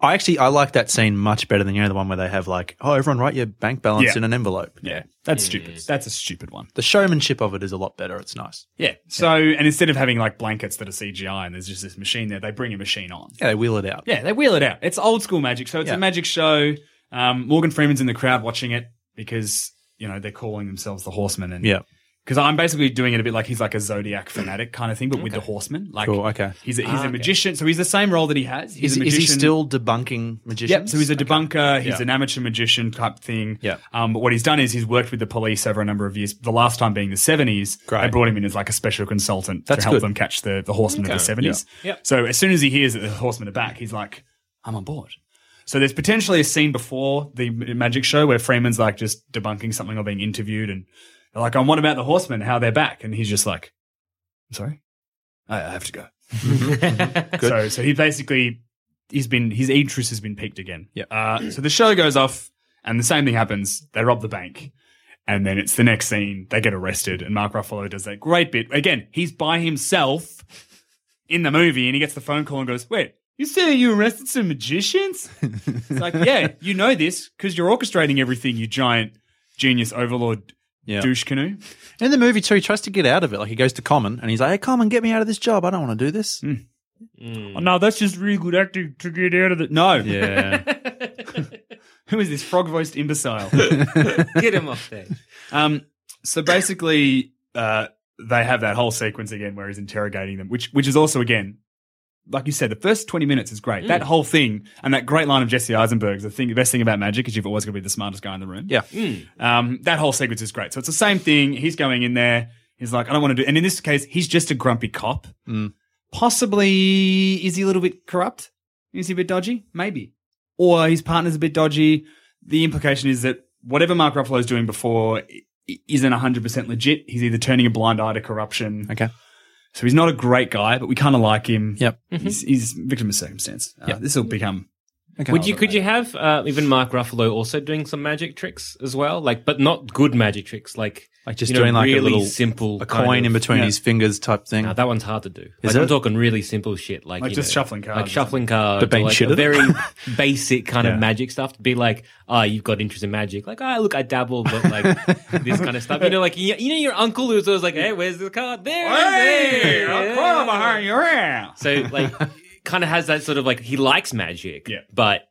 I actually I like that scene much better than you know the one where they have like, oh, everyone write your bank balance
Yeah.
in an envelope.
Yeah. That's stupid. That's a stupid one.
The showmanship of it is a lot better. It's nice.
Yeah. So, and instead of having like blankets that are CGI and there's just this machine there, they bring a machine on.
Yeah, they wheel it out.
Yeah, they wheel it out. It's old school magic. So it's
Yeah.
a magic show. Um, Morgan Freeman's in the crowd watching it because, you know, they're calling themselves the horsemen. And
Yeah.
Because I'm basically doing it a bit like he's like a zodiac fanatic kind of thing, but with the horsemen. Like,
Cool, okay.
He's a, he's a magician. So he's the same role that Ah, he has. He's
Is,
a
is
magician.
he still debunking magicians?
Yep. So he's a
Okay.
debunker. He's
Yeah.
an amateur magician type thing.
Yeah.
Um, but what he's done is he's worked with the police over a number of years. The last time being the seventies,
Great.
they brought him in as like a special consultant
That's
to help
good.
them catch the the horsemen of the seventies.
Yeah. Yep.
So as soon as he hears that the horsemen are back, he's like, "I'm on board." So there's potentially a scene before the m- magic show where Freeman's like just debunking something or being interviewed, and they're like, "I'm what about the horsemen? How they're back?" And he's just like, "I'm sorry, I, I have to go." So so he basically he's been his interest has been piqued again.
Yep.
Uh, so the show goes off, and the same thing happens. They rob the bank, and then it's the next scene. They get arrested, and Mark Ruffalo does that great bit again. He's by himself in the movie, and he gets the phone call and goes, "Wait." You say you arrested some magicians? It's like, yeah, you know this because you're orchestrating everything, you giant genius overlord
Yeah.
douche canoe.
In the movie too, he tries to get out of it. Like he goes to Common and he's like, "Hey, Common, get me out of this job. I don't want to do this."
Mm. Oh, no, that's just really good acting to get out of it. No.
Yeah,
Who is this frog voiced imbecile?
Get him off there.
Um, so basically, uh, they have that whole sequence again where he's interrogating them, which which is also again, like you said, the first twenty minutes is great. That whole thing and that great line of Jesse Eisenberg's the thing, the best thing about magic is you've always got to be the smartest guy in the room.
yeah.
Um, that whole sequence is great. So it's the same thing. He's going in there. He's like, I don't want to do. And in this case, he's just a grumpy cop.
Mm.
Possibly, is he a little bit corrupt? Is he a bit dodgy? Maybe. Or his partner's a bit dodgy. The implication is that whatever Mark Ruffalo is doing before i- isn't 100% legit. He's either turning a blind eye to corruption.
Okay.
So he's not a great guy, but we kind of like him.
Yep.
He's, he's victim of circumstance. Uh, This will become.
Would you? Could you have uh, even Mark Ruffalo also doing some magic tricks as well? Like, but not good magic tricks. Like,
Like just
you know,
doing like
really
a little
simple
a
kind
coin in
of-
between
yeah.
his fingers type thing.
Now that one's hard to do.
Is
like, I'm
it?
talking really simple shit, like,
Like
you
just
know,
shuffling cards or
like shuffling cards,
But being
or, like
shit
a
at it?
very basic kind
Yeah.
of magic stuff. To be like, ah, you've got interest in magic. Like, ah, look, I dabble, but like this kind of stuff. You know, like you, you know, your uncle who's always like, hey, where's the card? There, it is, there.
I'll
Yeah.
crawl behind your ass.
So like, kind of has that sort of like he likes magic,
Yeah.
but.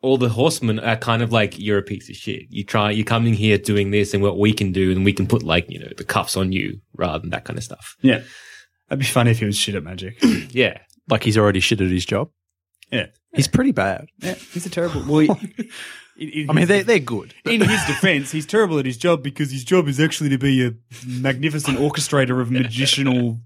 All the horsemen are kind of like you're a piece of shit. You try, you're coming here doing this, and what we can do, and we can put like you know the cuffs on you rather than that kind of stuff.
Yeah. That'd be funny if he was shit at magic.
Yeah,
like he's already shit at his job.
yeah.
He's pretty bad.
Yeah, he's a terrible. Well, he- in, in
I mean,
his-
they're they're good.
in his defense, he's terrible at his job because his job is actually to be a magnificent orchestrator of magicianal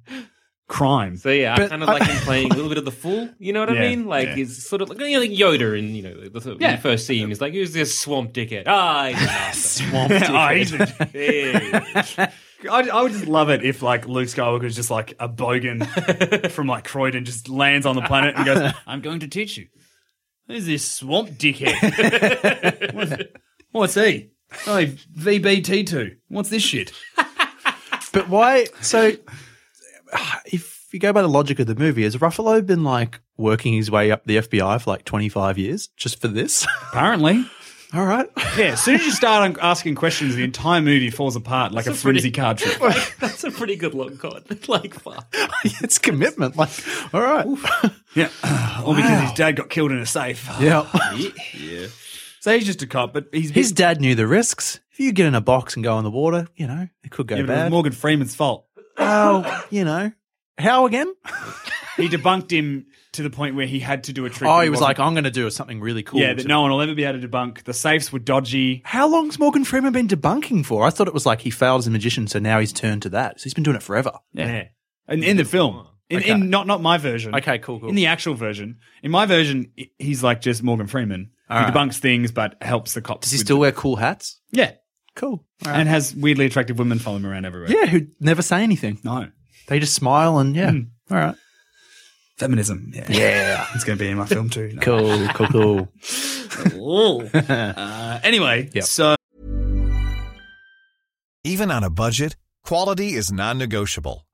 crime.
So yeah, I
But
kind of
I-
like him playing a little bit of the fool. You know what
Yeah,
I mean? Like
yeah.
he's sort of like you know, like Yoda, and you know, the, the, when
Yeah.
you first see him, he's like, "Who's this swamp dickhead?" Ah, he's a master.
Swamp I,
Yeah.
I would just love it if like Luke Skywalker is just like a bogan from like Croydon, just lands on the planet and goes, "I'm going to teach you." Who's this swamp dickhead? What's he? Oh, VBT two. What's this shit?
But why? So, if you go by the logic of the movie, has Ruffalo been like working his way up the FBI for like 25 years just for this?
Apparently.
All right.
Yeah, as soon as you start un- asking questions, the entire movie falls apart like a
a pretty-
flimsy card trick.
like, that's a pretty good long con. like fuck.
it's commitment. Like, all right.
Yeah, or because his dad got killed in a safe.
Yeah.
So he's just a cop, but he's
His dad knew the risks. If you get in a box and go in the water, you know, it could go
yeah, but it was
bad.
Morgan Freeman's fault.
How, you know, how again?
He debunked him to the point where he had to do a trick.
Oh,
that
he was
wasn't-
like, "Oh, I'm going to do something really cool.
yeah,
to-
that no one will ever be able to debunk. The safes were dodgy.
How long's Morgan Freeman been debunking for? I thought it was like he failed as a magician, so now he's turned to that. So he's been doing it forever.
Yeah, and in the film, in,
Oh. Okay.
in not not my version.
Okay, cool, cool.
In the actual version, in my version, i- he's like just Morgan Freeman.
All
he
right.
debunks things, but helps the cops.
Does he
with-
still wear cool hats?
Yeah,
Cool.
and has weirdly attractive women follow him around everywhere.
Yeah, who never say anything.
No.
They just smile and yeah. All right.
Feminism. Yeah. yeah. It's going to be in my film too. No.
Cool, cool, cool.
Uh, anyway,
Yep.
so
Even on a budget, quality is non-negotiable.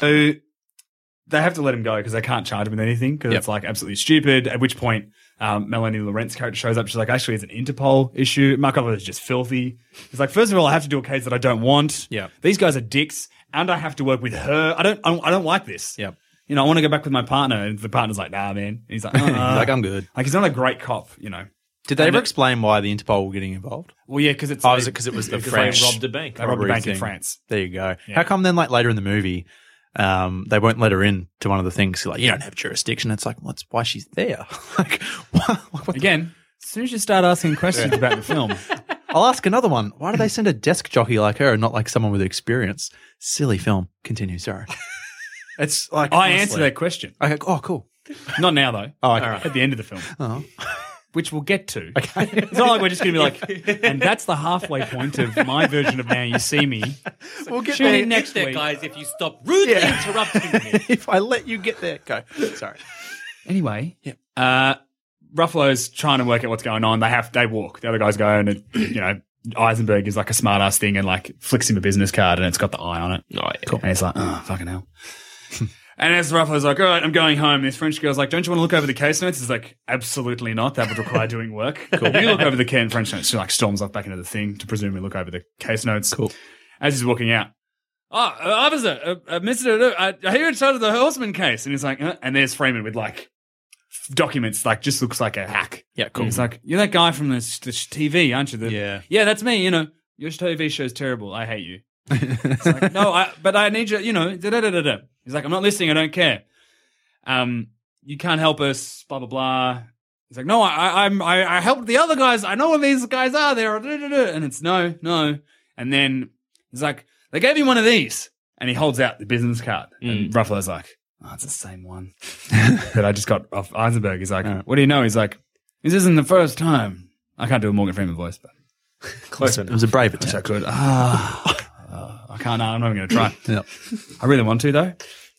So they have to let him go because they can't charge him with anything because
Yep.
it's like absolutely stupid. At which point, um, Melanie Laurent's character shows up. She's like, actually, it's an Interpol issue. Mark Oliver is just filthy. He's like, first of all, I have to do a case that I don't want.
Yep.
These guys are dicks and I have to work with her. I don't, I don't, I don't like this.
Yep.
You know, I want to go back with my partner. And the partner's like, nah, man. And he's like, "Uh."
like, I'm good.
Like, he's not a great cop, you know.
Did they ever explain why the Interpol were getting involved?
Well, yeah, because it's.
Oh, is it 'cause it was the
because
French
They
robbed
robbed,
a bank.
they robbed a
robbery
bank in
thing?
France.
There you go. How come then, like later in the movie, um, they won't let her in to one of the things? Like, you don't have jurisdiction. It's like, well, that's why she's there. like, what, what the-
Again, as soon as you start asking questions about the film,
I'll ask another one. Why do they send a desk jockey like her and not like someone with experience? Silly film. Continue. Sorry. it's like
I answer that question.
Okay. Oh, cool.
Not now, though.
Oh, okay.
At the end of the film.
Oh.
Which we'll get to. Okay. It's not like we're just going to be like, and that's the halfway point of my version of Now You See Me.
We'll get
Tune
there.
in next
there,
week.
guys, if you stop rudely
Yeah.
interrupting me.
if I let you get there, go. Sorry.
Anyway, uh, Ruffalo's trying to work out what's going on. They have they walk. The other guys go and you know Eisenberg is like a smart ass thing and like flicks him a business card and it's got the eye on it. Oh, yeah. And he's like, oh fucking hell. and as Ruffalo's like, all right, I'm going home. This French girl's like, don't you want to look over the case notes? He's like, absolutely not. That would require doing work. Cool. You look over the can French notes. She like storms off back into the thing to presumably look over the case notes. Cool. As he's walking out, Oh, uh, officer, uh, uh, Mr. Lu- I, I hear it's out of the Horseman case. And he's like, huh? and there's Freeman with like f- documents, like just looks like a hack.
Yeah,
And He's like, you're that guy from this, this TV, aren't you? The-
Yeah.
Yeah, that's me. You know, your TV show's terrible. I hate you. It's like, no, I, but I need you, you know, da da da da da. He's like, I'm not listening. I don't care. Um, you can't help us, blah, blah, blah. He's like, no, I, I, I'm, I, I helped the other guys. I know where these guys are. They're da, da, da. and it's no, no. And then he's like, they gave me one of these, and he holds out the business card, and Ruffalo's like, oh, it's the same one that I just got off Eisenberg. He's like, what do you know? He's like, this isn't the first time. I can't do a Morgan Freeman voice, but close
It was a brave
Wish I
attempt.
could. Ah, ah, I can't. I'm not even going to try. I really want to though.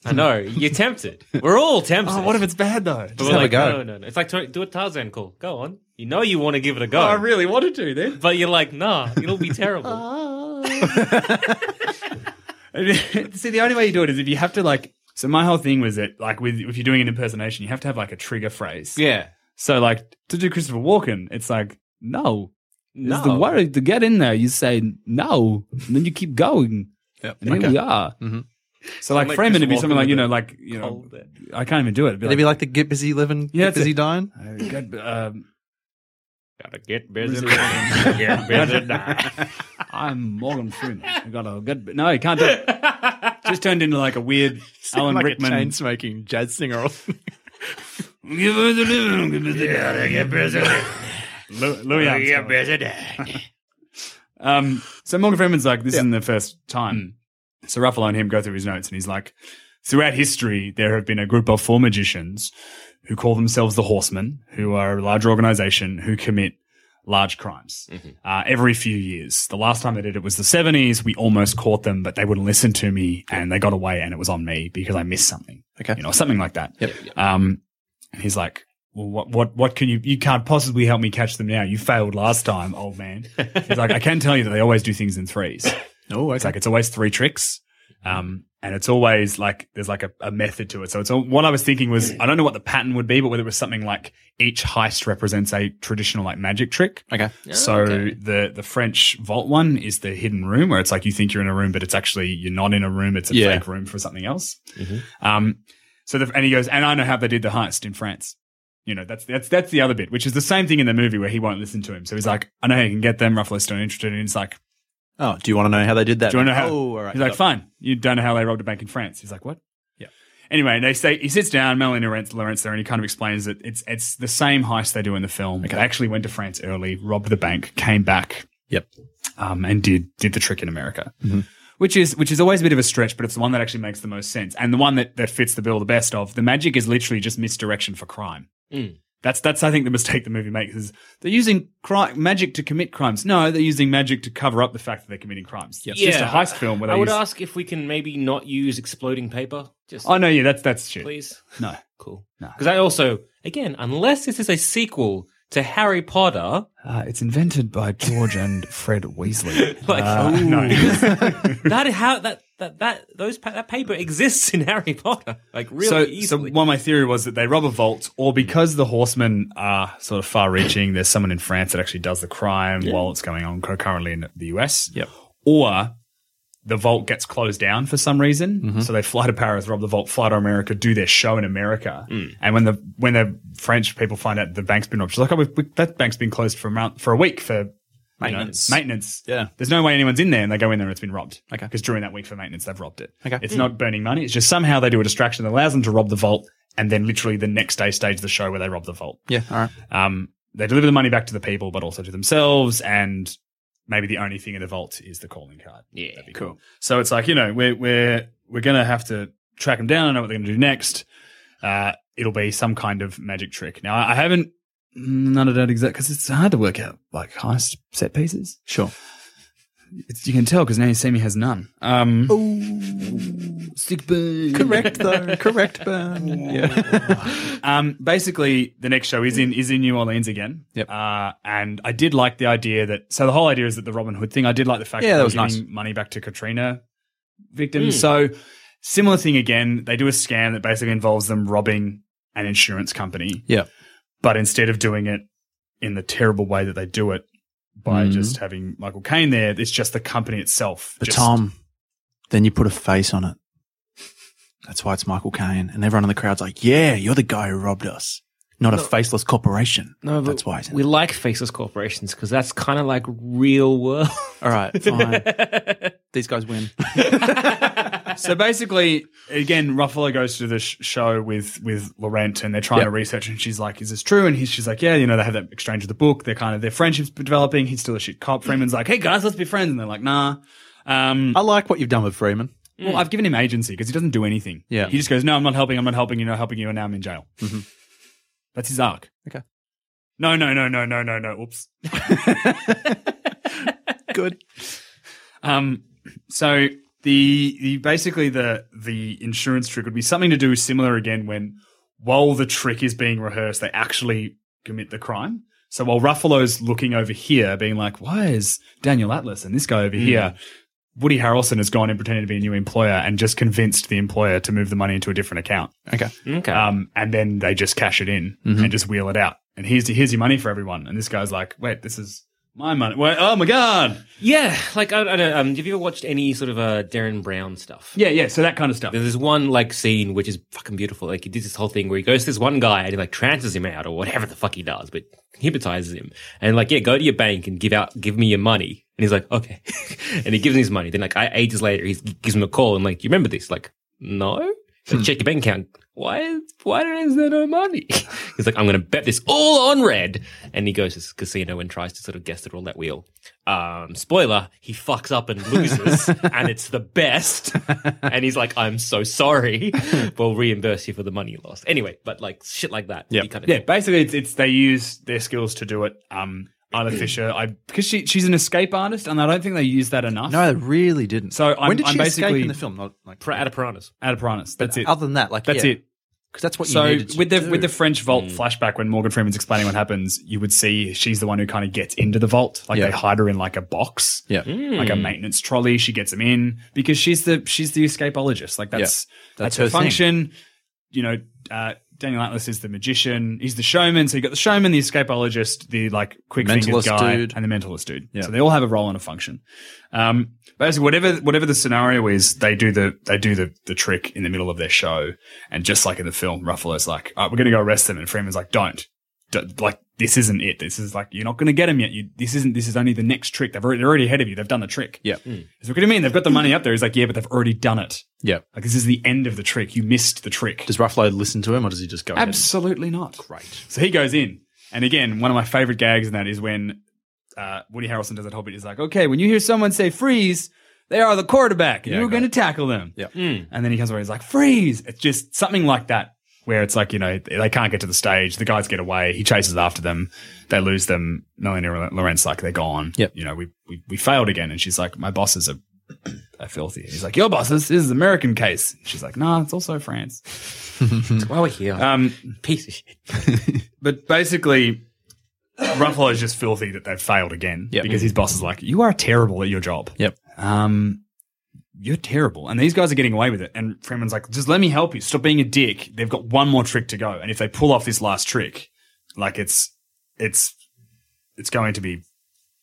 I know. You're tempted. We're all tempted.
Oh, what if it's bad though?
But
Just
we're
have a
like,
go.
No, no, no. It's like, do a Tarzan call. Go on. You know you want to give it a go.
Oh, I really wanted to then.
But you're like, nah, it'll be terrible.
See, the only way you do it is if you have to like. So my whole thing was that like with if you're doing an impersonation, you have to have like a trigger phrase.
yeah.
So like to do Christopher Walken, it's like no.
No.
It's the word to get in there. You say no, and then you keep going. And here we are. So like
Sound Mm-hmm.
Freeman would
like
be
Christopher
something like
Walken
you
with
know
a
like you know
cold there.
I can't even do it. It'd be
It'd be like the get busy living,
Yeah,
yeah,
it's
get
a-
busy dying.
uh, good, um,
Gotta get busy. living. get busy. dying.
I'm Morgan Freeman. I got a good. No, you can't do it. Just turned into like a weird Alan Rickman.
smoking jazz singer.
Give us a living, give us a living. Lou- Louis Armstrong. Um, so Morgan Freeman's like, this isn't the first time. So Ruffalo and him go through his notes, and he's like, throughout history, there have been a group of four magicians who call themselves the Horsemen, who are a large organization who commit large crimes uh, every few years. The last time they did it was the 70s. We almost caught them, but they wouldn't listen to me and they got away and it was on me because I missed something.
Okay.
You know, something like that. Um, and he's like, well, what, what, what can you, you can't possibly help me catch them now. You failed last time, old man. He's like, I can tell you that they always do things in threes.
Oh,
It's like it's always three tricks. Um, and it's always like there's like a, a method to it. So it's all, what I was thinking was I don't know what the pattern would be, but whether it was something like each heist represents a traditional like magic trick.
Oh, okay.
So the the French vault one is the hidden room where it's like you think you're in a room, but it's actually you're not in a room. It's a
Yeah. Mm-hmm.
fake room for something else. Um, so the, and he goes, and I know how they did the heist in France. You know, that's that's that's the other bit, which is the same thing in the movie where he won't listen to him. So he's like, I know how you can get them. Ruffalo's still interested, and he's like,
Oh, do you want to know how they did that?
do you want to know how?
Oh, all right.
He's like,
Got it.
fine. You don't know how they robbed a bank in France. He's like, what? Yeah. Anyway, they say he sits down, Melanie Lawrence, Lawrence there, and he kind of explains that it's it's the same heist they do in the film. They actually went to France early, robbed the bank, came back,
Yep.
um, and did did the trick in America, which is which is always a bit of a stretch, but it's the one that actually makes the most sense and the one that, that fits the bill the best. Of the magic is literally just misdirection for crime.
Mm.
That's that's I think the mistake the movie makes is they're using cri- magic to commit crimes. No, they're using magic to cover up the fact that they're committing crimes. It's just a heist film where they
I would
use-
ask if we can maybe not use exploding paper. Just
Oh no, yeah, that's that's shit.
please.
No.
Cool. Because I also, again, unless this is a sequel to Harry Potter,
Uh, it's invented by George and Fred Weasley.
like
no.
that how that that that those pa- that paper exists in Harry Potter, like really
so, so
easily.
one of my theory was that they rob a vault, or because the horsemen are sort of far-reaching, there's someone in France that actually does the crime while it's going on currently in the US.
Yep.
Or the vault gets closed down for some reason, so they fly to Paris, rob the vault, fly to America, do their show in America, and when the when the French people find out the bank's been robbed, she's like, "Oh, we, we, that bank's been closed for a month, for a week for." Maintenance. maintenance.
Yeah.
There's no way anyone's in there and they go in there and it's been robbed.
Okay.
Because during that week for maintenance, they've robbed it.
Okay.
It's not burning money. It's just somehow they do a distraction that allows them to rob the vault and then literally the next day stage the show where they rob the vault.
Yeah. All right.
Um, they deliver the money back to the people, but also to themselves. And maybe the only thing in the vault is the calling card.
Yeah.
That'd be cool. So it's like, you know, we're, we're, we're going to have to track them down. I know what they're going to do next. Uh, it'll be some kind of magic trick. Now, I I haven't, none of that exact, because it's hard to work out like heist set pieces
Sure.
it's, you can tell because now you see me has none. Um,
Correct though. Correct burn. Yeah.
um, basically, the next show is in is in New Orleans again.
Yep.
Uh, and I did like the idea that so the whole idea is that the Robin Hood thing. I did like the fact
Yeah,
that,
that
they
was
were
nice.
giving money back to Katrina victims. So similar thing again. They do a scam that basically involves them robbing an insurance company,
Yeah.
but instead of doing it in the terrible way that they do it by
Mhm.
just having Michael Caine there, it's just the company itself.
But
just-
Tom, then you put a face on it. That's why it's Michael Caine, and everyone in the crowd's like, "Yeah, you're the guy who robbed us, not a faceless corporation."
No, but
that's why. It's in
we
it.
like faceless corporations because that's kind of like real world.
All right, fine. These guys win.
So basically, again, Ruffalo goes to the sh- show with with Laurent, and they're trying
Yep.
to research, and she's like, "Is this true?" And he's, she's like, "Yeah, you know, they have that exchange of the book. They're kind of their friendships developing. He's still a shit cop. Freeman's like, "Hey guys, let's be friends," and they're like, "Nah." Um,
I like what you've done with Freeman.
well, I've given him agency because he doesn't do anything.
Mm. Yeah. Mm-hmm.
he just goes, "No, I'm not helping. I'm not helping. You're not helping you, and now I'm in jail." That's his arc.
Okay.
No, no, no, no, no, no, no. Oops.
Good.
Um, so the, the basically the the insurance trick would be something to do similar again when while the trick is being rehearsed, they actually commit the crime. So while Ruffalo's looking over here, being like, "Why is Daniel Atlas and this guy over here?" Woody Harrelson has gone and pretended to be a new employer and just convinced the employer to move the money into a different account.
Okay.
okay.
Um, and then they just cash it in and just wheel it out. And here's here's your money for everyone. And this guy's like, "Wait, this is my money. Wait, oh my god."
yeah, like I, I don't. Um, have you ever watched any sort of uh, Darren Brown stuff?
Yeah, yeah. So that kind of stuff.
There's this one like scene which is fucking beautiful. Like he did this whole thing where he goes to this one guy and he like transfers him out or whatever the fuck he does, but hypnotizes him and like yeah, go to your bank and give out give me your money. And he's like okay, and he gives him his money. Then like I, ages later he gives him a call and like you remember this? Like no, He's
Hmm.
like, check your bank account. Why why is there no money? he's like I'm gonna bet this all on red. And he goes to this casino and tries to sort of guess the roulette wheel. Um, spoiler, he fucks up and loses, and it's the best and he's like, "I'm so sorry. we'll reimburse you for the money you lost." Anyway, but like shit like that.
Yeah,
You kind of-
yeah. Basically, it's, it's they use their skills to do it. Um, Isla Fisher. I because she she's an escape artist, and I don't think they use that enough.
No, they really didn't.
So I'm-
when did
I'm
she escape
basically-
in the film? Not like
Pra- out of piranhas.
out of Piranhas. That's it.
Other than that, like
That's
yeah,
it.
Because that's what you
So
needed to
with the
do. Mm.
with the French vault flashback, when Morgan Freeman's explaining what happens, you would see she's the one who kind of gets into the vault. Like
Yeah.
they hide her in like a box,
Yeah.
like a maintenance trolley. She gets them in because she's the she's the escapologist. Like that's that's,
That's
her,
her thing.
function. You know, uh, Daniel Atlas is the magician. He's the showman. So you got the showman, the escapologist, the like quick fingered
Mentalist
guy,
dude.
and the mentalist dude.
Yeah.
So they all have a role and a function. Um, basically, whatever whatever the scenario is, they do the they do the the trick in the middle of their show, and just like in the film, Ruffalo's like, All right, "We're gonna go arrest them," and Freeman's like, "Don't." D- like this isn't it. This is like you're not going to get them yet. You, this isn't. This is only the next trick. They've already, they're already ahead of you. They've done the trick.
Yeah.
He's like, what do you mean? They've got the money up there. He's like, yeah, but they've already done it.
yeah.
Like this is the end of the trick. You missed the trick.
Does Ruffalo listen to him, or does he just go? ahead and-
Absolutely not.
Great.
So he goes in, and again, one of my favorite gags in that is when uh, Woody Harrelson does that whole bit. He's like, okay, when you hear someone say freeze, they are the quarterback. and
I
You're
got
going to tackle them.
Yeah.
And then he comes over. He's like, freeze. It's just something like that. Where it's like, you know, they can't get to the stage. The guys get away. He chases after them. They lose them. Melanie Lawrence, like, they're gone.
Yep.
You know, we, we, we failed again. And she's like, my bosses are are filthy. He's like, your bosses, this is American case. She's like, nah, it's also France.
While we're here,
Um,
piece of shit.
but basically, Ruffalo is just filthy that they've failed again
Yep.
because his boss is like, "You are terrible at your job.
Yep.
Um, you're terrible." And these guys are getting away with it. And Freeman's like, "Just let me help you. Stop being a dick. They've got one more trick to go, and if they pull off this last trick, like it's it's it's going to be."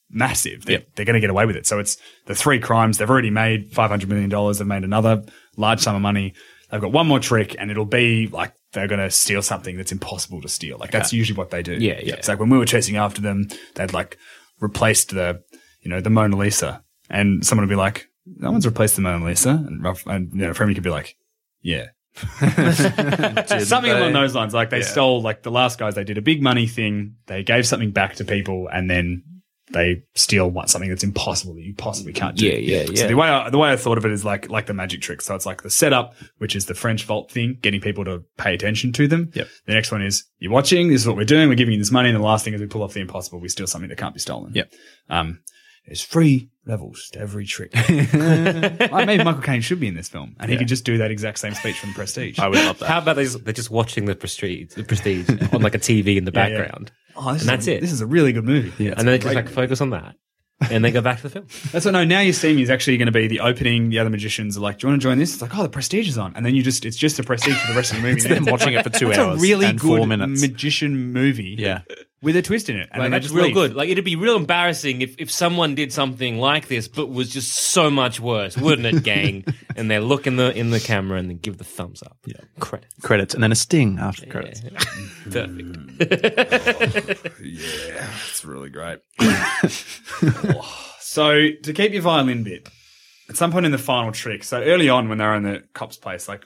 Massive. They,
Yep.
They're going to get away with it. So it's the three crimes. They've already made $500 million. They've made another large sum of money. They've got one more trick, and it'll be like they're going to steal something that's impossible to steal. Like that's usually what they do.
Yeah, yeah.
It's like when we were chasing after them, they'd like replaced the, you know, the Mona Lisa, and someone would be like, "No one's replaced the Mona Lisa," and Ralph, and you know, Freeman could be like, "Yeah." something along those lines. Like they stole, like the last guys, they did a big money thing. They gave something back to people, and then they steal what, something that's impossible that you possibly can't do.
Yeah, yeah,
So
yeah.
the way I, the way I thought of it is like like the magic trick. So it's like the setup, which is the French vault thing, getting people to pay attention to them.
Yep.
The next one is you're watching. This is what we're doing. We're giving you this money. And the last thing is we pull off the impossible. We steal something that can't be stolen.
Yep.
Um, there's free levels to every trick. Like, Maybe Michael Caine should be in this film, and he could just do that exact same speech from Prestige.
I would love that.
Uh, How about they just, they're just watching the prestige, the prestige on like a TV in the
Yeah, yeah.
background,
Oh, this
and
is
that's
a,
it.
This is a really good movie.
and then they just like focus on that, and they go back to the film.
That's what. No, now you see me is actually going to be the opening. The other magicians are like, "Do you want to join this?" It's like, "Oh, the prestige is on," and then you just it's just the prestige for the rest of the movie.
them watching it for two
That's
hours
a really
and
good
four minutes.
magician movie.
Yeah.
with a twist in it, and
Like,
then
that's real good. Like it'd be real embarrassing if, if someone did something like this, but was just so much worse, wouldn't it, gang? and they look in the in the camera and then give the thumbs up. Yeah, credit.
Credits and then a sting after the credits.
Perfect.
It's really great. so to keep your violin bit, at some point in the final trick, so early on when they were in the cops' place, like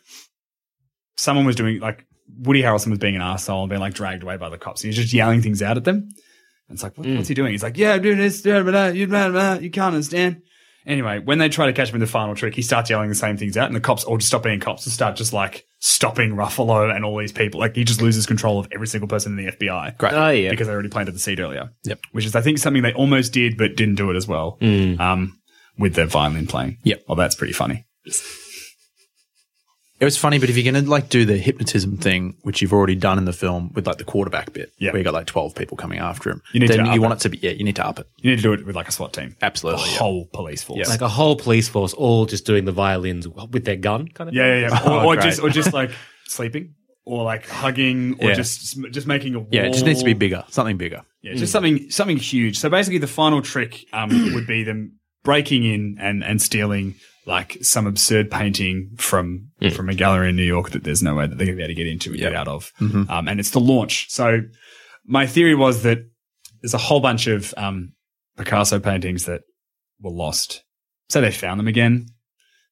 someone was doing like Woody Harrelson was being an asshole and being like dragged away by the cops. He's just yelling things out at them. And it's like, what, what's he doing? He's like, yeah, do this, da, da, da, you, da, da, da, you can't understand. Anyway, when they try to catch him in the final trick, he starts yelling the same things out, and the cops all just stop being cops and start just like stopping Ruffalo and all these people. Like he just loses control of every single person in the FBI. Great
Oh yeah.
because they already planted the seed earlier.
Yep. Hmm.
Which is, I think, something they almost did but didn't do it as well. Um, with their violin playing.
Yep.
Well, that's pretty funny.
It was funny, but if you're going to like do the hypnotism thing, which you've already done in the film with like the quarterback bit,
Yeah.
where you got like 12 people coming after him,
You need
then
to up
you want it. to be, yeah, you need to up it.
You need to do it with like a SWAT team.
Absolutely,
A
yeah.
whole police force.
like oh, a whole police force all just doing the violins with their gun kind of
yeah, yeah, yeah. Or,
Oh,
or
great.
just, or just like sleeping, or like hugging, or
Yeah.
just just making a wall.
Yeah, it just needs to be bigger, something bigger.
Yeah, just something something huge. So basically, the final trick um, would be them breaking in and and stealing like some absurd painting from
Hmm.
from a gallery in New York that there's no way that they're going to be able to get into and get out of.
Mm-hmm.
Um, and it's the launch. So my theory was that there's a whole bunch of um, Picasso paintings that were lost. So they found them again,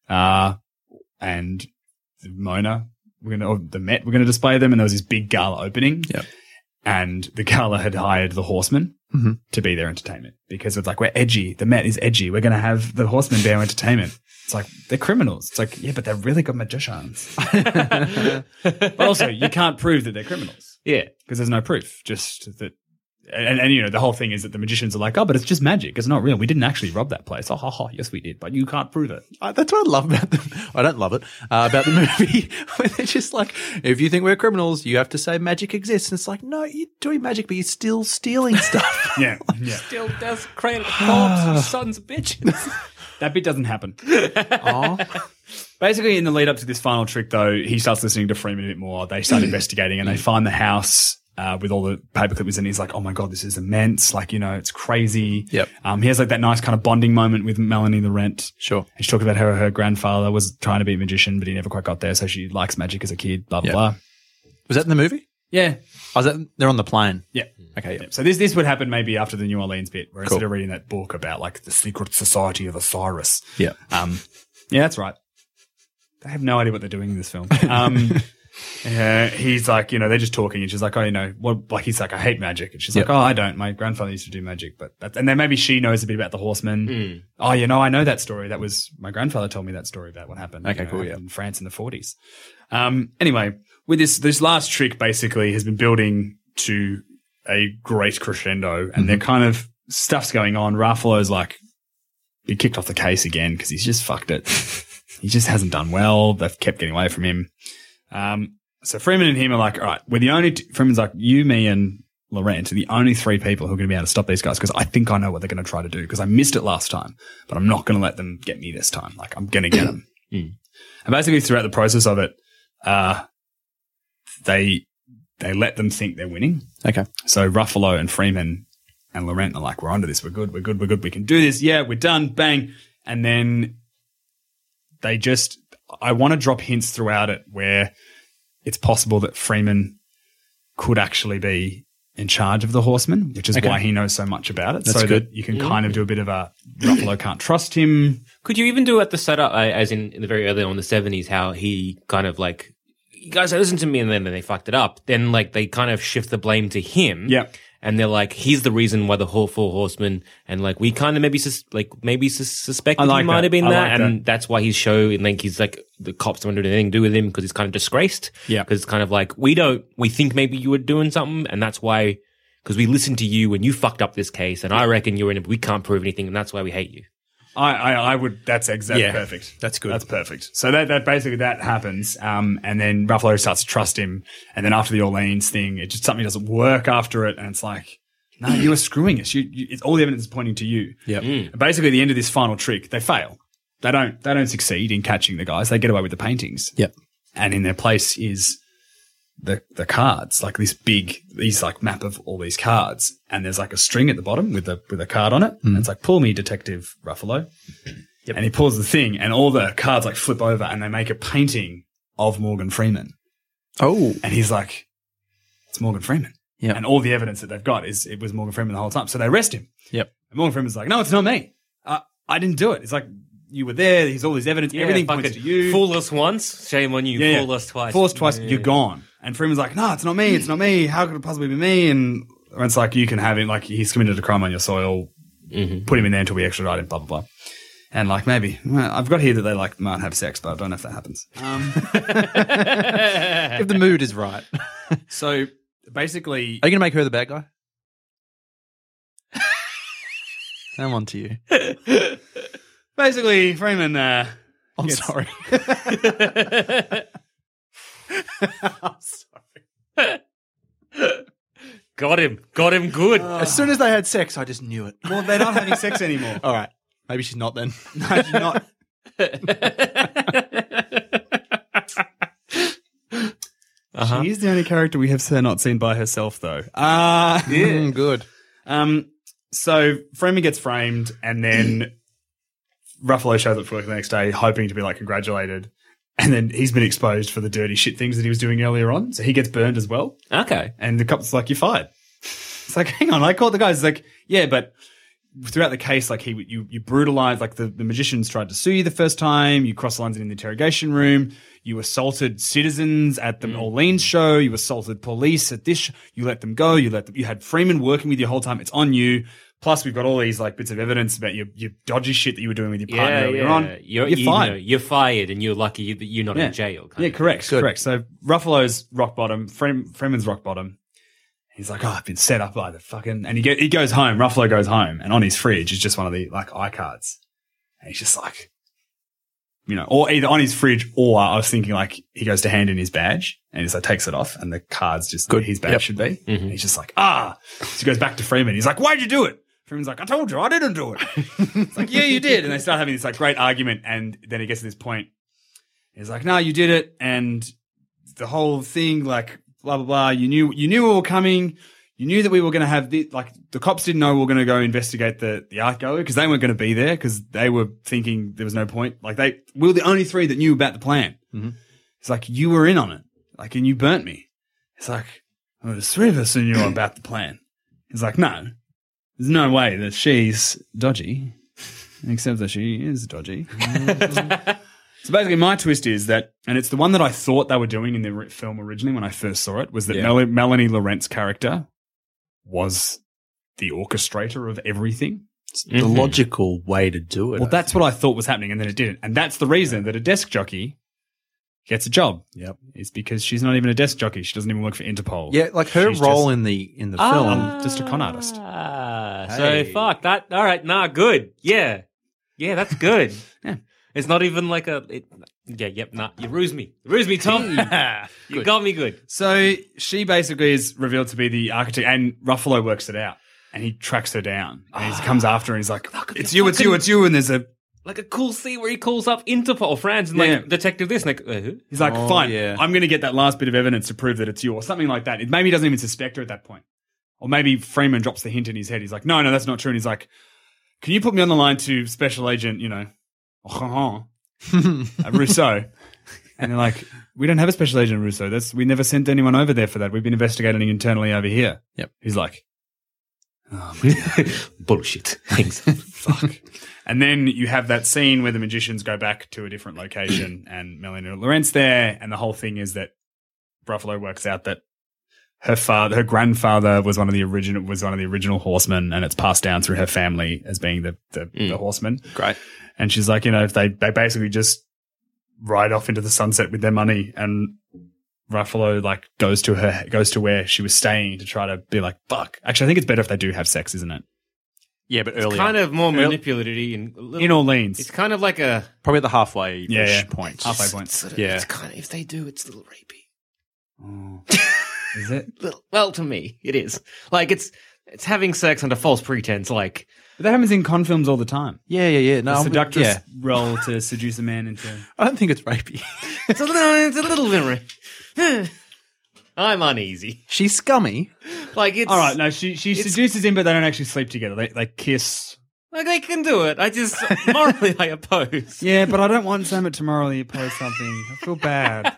uh, and the Mona. We're gonna, or the Met. We're gonna display them, and there was this big gala opening and the gala had hired the horsemen to be their entertainment because it's like we're edgy. The Met is edgy. We're going to have the horsemen be our entertainment. It's like they're criminals. It's like yeah, but they're really good magicians. but also, you can't prove that they're criminals
yeah
because there's no proof. Just that and, and you know the whole thing is that the magicians are like, oh, but it's just magic. It's not real. We didn't actually rob that place. Oh, ha, ha. Yes, we did, but you can't prove it.
Uh, that's what I love about them. I don't love it uh, about the movie. where they're just like, if you think we're criminals, you have to say magic exists. And it's like, no, you're doing magic, but you're still stealing stuff.
Yeah, yeah.
Still does create a corpse, you sons of bitches.
That bit doesn't happen.
Aw.
Basically, in the lead up to this final trick, though, he starts listening to Freeman a bit more. They
Hmm.
start investigating and they find the house uh, with all the paperclip was in. He's like, oh my God, this is immense. Like, you know, it's crazy.
Yep.
Um, he has like that nice kind of bonding moment with Melanie the Rent.
Sure.
And she talked about her, her grandfather was trying to be a magician, but he never quite got there. So she likes magic as a kid, blah, blah,
Yep.
blah.
Was that in the movie?
Yeah.
Oh, is that they're on the plane?
Yeah.
Okay. yeah.
Yeah. So this this would happen maybe after the New Orleans bit, where instead
Cool.
of reading that book about like the secret society of Osiris,
Yeah. Uh,
Um, yeah, that's right. They have no idea what they're doing in this film. Um, uh, he's like, you know, they're just talking, and she's like, oh, you know, what? Like he's like, I hate magic, and she's
Yep.
like, oh, I don't. My grandfather used to do magic, but that's, and then maybe she knows a bit about the horseman. Oh, you know, I know that story. That was my grandfather told me that story about what happened.
Okay,
you know,
cool, yeah.
in France in the forties. Um, anyway, with this this last trick, basically, has been building to a great crescendo, and they're kind of stuff's going on. Raffalo's like he kicked off the case again because he's just fucked it. he just hasn't done well. They've kept getting away from him. Um, so Freeman and him are like, all right, we're the only. T-. Freeman's like, you, me, and Laurent are the only three people who are going to be able to stop these guys because I think I know what they're going to try to do because I missed it last time, but I'm not going to let them get me this time. Like I'm going to get them. And basically, throughout the process of it, uh, they they let them think they're winning.
Okay.
So Ruffalo and Freeman and Laurent are like, we're onto this. We're good. We're good. We're good. We can do this. Yeah, we're done. Bang. And then they just, I want to drop hints throughout it where it's possible that Freeman could actually be in charge of the horseman, which is
Okay.
why he knows so much about it.
That's
so
good.
that you can kind of do a bit of a Ruffalo can't trust him.
Could you even do at the setup, uh, as in, in the very early on in the seventies, how he kind of like, you guys listen to me, and then, then they fucked it up. Then like they kind of shift the blame to
Mm-hmm.
him.
Yeah.
And they're like, he's the reason why the whole four horsemen, and like we kind of maybe sus- like maybe sus- suspect
I like
he might
that.
have been
I
that,
like
and that's why his show and like he's like the cops don't want to do anything to do with him because he's kind of disgraced.
Yeah.
because it's kind of like we don't we think maybe you were doing something, and that's why because we listened to you and you fucked up this case, and I reckon you were in it, but we can't prove anything, and that's why we hate you.
I, I, I would. That's exactly
Yeah,
perfect.
that's good.
That's perfect. So that, that basically that happens, um, and then Ruffalo starts to trust him, and then after the Orleans thing, it just something doesn't work after it, and it's like, no, you were screwing us. You, you, it's all the evidence is pointing to you.
Yep.
And basically, at the end of this final trick, they fail. They don't. They don't succeed in catching the guys. They get away with the paintings
Yep.
and in their place is the the cards, like this big these like map of all these cards, and there's like a string at the bottom with a with a card on it, and it's like pull me, Detective Ruffalo, and he pulls the thing, and all the cards like flip over, and they make a painting of Morgan Freeman,
Oh.
and he's like, it's Morgan Freeman,
Yep.
and all the evidence that they've got is it was Morgan Freeman the whole time, so they arrest him,
Yep.
and Morgan Freeman's like, no, it's not me, I I didn't do it, it's like. You were there. He's all this evidence. Everything points to
fucking
you.
Fool us once, shame on you. fool us twice.
Fool us twice, you're gone. And Freeman's like, no, it's not me. It's not me. How could it possibly be me? And it's like, you can have him. Like, he's committed a crime on your soil.
Mm-hmm.
Put him in there until we extradite him, blah, blah, blah. And like, maybe. Well, I've got here that they like might have sex, but I don't know if that happens.
If the mood is right. Are
So basically,
you going to make her the bad guy? I'm on to you.
basically, Freeman, uh,
I'm
Yes.
sorry.
Got him. Got him good.
Uh,
As soon as they had sex, I just knew it.
well, they're not having sex anymore.
All right. Maybe she's not then.
No, she's not.
Uh-huh.
She is the only character we have her not seen by herself, though. Uh,
Mm, good.
Um, so Freeman gets framed, and then Ruffalo shows up for work the next day, hoping to be like congratulated. And then he's been exposed for the dirty shit things that he was doing earlier on, so he gets burned as well.
okay.
And the cop's like, "You're fired." It's like, hang on, I caught the guys. It's like, yeah, but throughout the case, like he you you brutalized, like the, the magicians tried to sue you the first time. You crossed the lines in the interrogation room. You assaulted citizens at
Mm.
the Orleans show. You assaulted police at this. Sh- you let them go. You let them. You had Freeman working with you the whole time. It's on you. Plus, we've got all these like bits of evidence about your, your dodgy shit that you were doing with your partner
Yeah,
earlier
yeah.
on.
You're, you
fired.
know, you're fired, and you're lucky that you're not in jail. kind
Yeah,
of.
correct,
Good.
correct. So Ruffalo's rock bottom, Freem- Freeman's rock bottom. He's like, oh, I've been set up by the fucking. And he, go, he goes home. Ruffalo goes home, and on his fridge is just one of the like eye cards, and he's just like, you know, or either on his fridge, or I was thinking like he goes to hand in his badge, and he's like takes it off, and the cards just
Good.
his badge
Yep.
should be. And he's just like, ah. So he goes back to Freeman. He's like, why'd you do it? Freeman's like, I told you, I didn't do it. it's like, yeah, you did. And they start having this like great argument, and then he gets to this point. He's like, no, you did it, and the whole thing, like blah blah blah. You knew you knew we were coming. You knew that we were going to have the like the cops didn't know we were going to go investigate the the art gallery because they weren't going to be there because they were thinking there was no point. Like they we were the only three that knew about the plan. It's like you were in on it, like and you burnt me. It's like well, there's three of us who knew about the plan. It's like no, there's no way that she's dodgy, except that she is dodgy. So basically, my twist is that, and it's the one that I thought they were doing in the ri- film originally when I first saw it, was that Mel- Melanie Laurent's character was the orchestrator of everything.
It's the logical way to do it.
Well,
I
that's
think.
what I thought was happening, and then it didn't. And that's the reason that a desk jockey gets a job.
Yep.
It's because she's not even a desk jockey. She doesn't even work for Interpol.
Yeah, like her
She's
role
just-
in the in the
Ah.
film.
just a con artist.
Ah,
Hey.
So fuck that. All right, nah, good. Yeah, yeah, that's good.
Yeah.
It's not even like a. It, yeah, yep, nah. You ruse me, you ruse me, Tom. you got me good.
So she basically is revealed to be the architect, and Ruffalo works it out, and he tracks her down, and
Ah.
he comes after her, and he's like, "It's you, it's you, it's you," and there's a
Like a cool scene where he calls up Interpol France and like
Yeah.
detective this, and like uh, who?
He's like,
Oh,
fine,
yeah.
I'm going to get that last bit of evidence to prove that it's you, or something like that. It maybe he doesn't even suspect her at that point, or maybe Freeman drops the hint in his head. He's like, no, no, that's not true. And he's like, can you put me on the line to Special Agent, you know, uh, Rousseau? and they're like, we don't have a Special Agent Rousseau. That's we never sent anyone over there for that. We've been investigating internally over here.
Yep.
He's like,
Bullshit. Thanks.
fuck. and then you have that scene where the magicians go back to a different location and Melanie Laurent's there, and the whole thing is that Ruffalo works out that her father, her grandfather was one of the original was one of the original horsemen, and it's passed down through her family as being the the, the
Mm.
horseman.
Great.
And she's like, you know, if they they basically just ride off into the sunset with their money and. Ruffalo like goes to her goes to where she was staying to try to be like fuck. Actually, I think it's better if they do have sex, isn't it?
Yeah, but
It's
earlier,
kind of more manipulative and a little,
In Orleans,
It's kind of like a.
probably the halfway
Yeah, yeah.
point.
halfway point.
Yeah.
It's kind of if they do, it's a little rapey.
Is it?
Little- Well, to me, it is. Like it's it's having sex under false pretense. Like
But that happens in con films all the time. Um,
Yeah, yeah, yeah. No,
a
I'm-
seductress
yeah.
role to seduce a man into.
I don't think it's rapey.
it's a little, it's a little bit. I'm uneasy.
She's scummy.
Like it's
All right, no, she she seduces him, but they don't actually sleep together. They they kiss.
Like they can do it. I just morally I oppose.
Yeah, but I don't want Sam tomorrow to post something. I feel bad.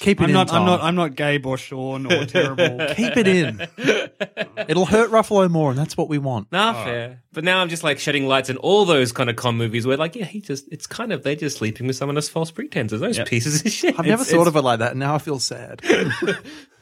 Keep it
I'm
in.
not. I'm
Tom.
not. I'm not Gabe or Sean or terrible.
Keep it in. It'll hurt Ruffalo more, and that's what we want.
Nah, fair. But now I'm just like shedding lights in all those kind of con movies where like yeah, he just it's kind of they're just sleeping with someone as false pretenses. Those pieces of shit.
I've never thought of it like that, and now I feel sad.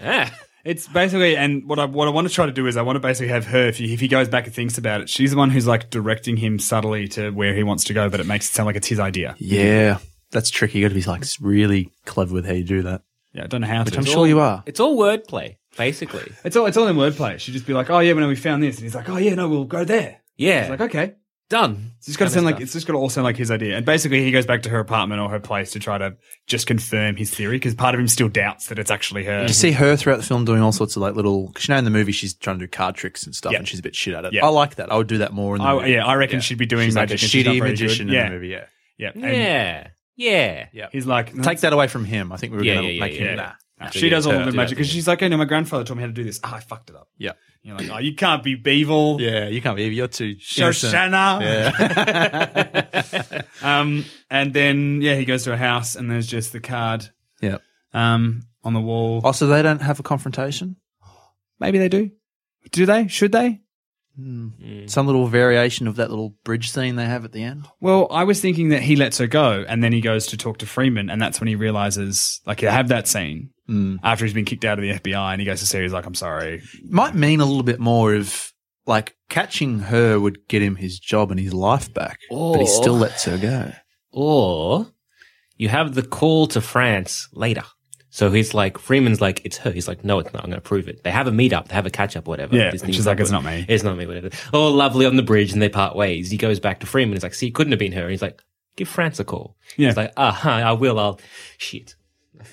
Ah.
It's basically, and what I what I want to try to do is I want to basically have her. If he, if he goes back and thinks about it, she's the one who's like directing him subtly to where he wants to go, but it makes it sound like it's his idea.
yeah, that's tricky. You got to be like really clever with how you do that.
Yeah, I don't know how to.
I'm sure you are.
It's all wordplay, basically.
It's all it's all in wordplay. She'd just be like, "Oh yeah, when we found this," and he's like, "Oh yeah, no, we'll go there."
Yeah.
It's like okay.
Done.
It's just got to sound like it's just got to all sound like his idea. And basically, he goes back to her apartment or her place to try to just confirm his theory because part of him still doubts that it's actually her.
You see her throughout the film doing all sorts of like little. Because you know in the movie she's trying to do card tricks and stuff,
Yeah.
and she's a bit shit at it.
Yeah.
I like that. I would do that more in the
I,
movie.
yeah, I reckon
Yeah.
she'd be doing
she's
magic.
like a
and she's not
shitty
very
magician
good.
in
yeah.
the movie. Yeah,
Yeah, And
Yeah. Yeah.
yeah.
He's like,
Take that away from him. I think we were
Yeah,
going to
yeah,
make
yeah,
him.
yeah.
Nah.
Nah, she does all
Yeah.
the magic because she's like, "Oh no, my grandfather taught me how to do this. Ah, I fucked it up."
Yeah.
You're like, "Oh, you can't be Beevil,
Yeah, you can't be. You're too innocent.
Shoshana."
Yeah.
Um, and then yeah, he goes to a house and there's just the card
yeah.
um on the wall.
Oh, so they don't have a confrontation?
Maybe they do. Do they? Should they? Mm.
Some little variation of that little bridge scene they have at the end?
Well, I was thinking that he lets her go and then he goes to talk to Freeman, and that's when he realizes, like, they have that scene after he's been kicked out of the FBI and he goes to see her. He's like, I'm sorry.
Might mean a little bit more if, like, catching her would get him his job and his life back, but he still lets her go.
Or you have the call to France later. So he's like, Freeman's like, it's her. He's like, no, it's not. I'm going to prove it. They have a meetup. They have a catch up, whatever.
Yeah,
This
and
thing's
she's like, "It's not
good.
me."
It's not me, whatever. Oh, lovely on the bridge. And they part ways. He goes back to Freeman. He's like, see, it couldn't have been her. And he's like, give France a call.
Yeah.
He's like, uh huh, I will. I'll, shit.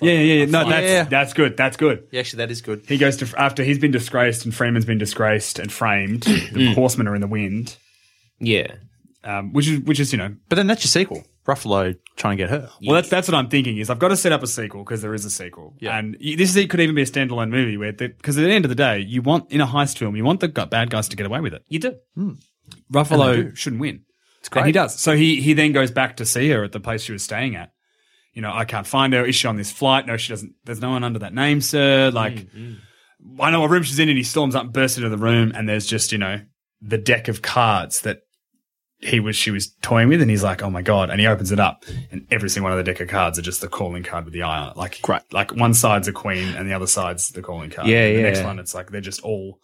Yeah, yeah, yeah. No, that's
Yeah.
that's good. That's good.
Yeah, actually, that is good.
He goes to after he's been disgraced and Freeman's been disgraced and framed. the horsemen are in the wind,
Yeah.
um, which is which is you know.
But then that's your sequel. Ruffalo trying to get her.
Well, that's that's what I'm thinking is I've got to set up a sequel because there is a sequel,
Yeah.
and y- this is, it could even be a standalone movie where because at the end of the day, you want in a heist film, you want the gu- bad guys to get away with it.
You do.
Hmm. And they
Ruffalo shouldn't win. It's
great.
And he does. So he he then goes back to see her at the place she was staying at. You know, I can't find her. Is she on this flight? No, she doesn't. There's no one under that name, sir. Like,
Hmm.
I know what room she's in, and he storms up, and bursts into the room, and there's just you know the deck of cards that he was she was toying with, and he's like, oh my god, and he opens it up, and every single one of the deck of cards are just the calling card with the eye on it. Like,
Great.
like one side's a queen, and the other side's the calling card.
Yeah,
and The
yeah.
next one, it's like they're just all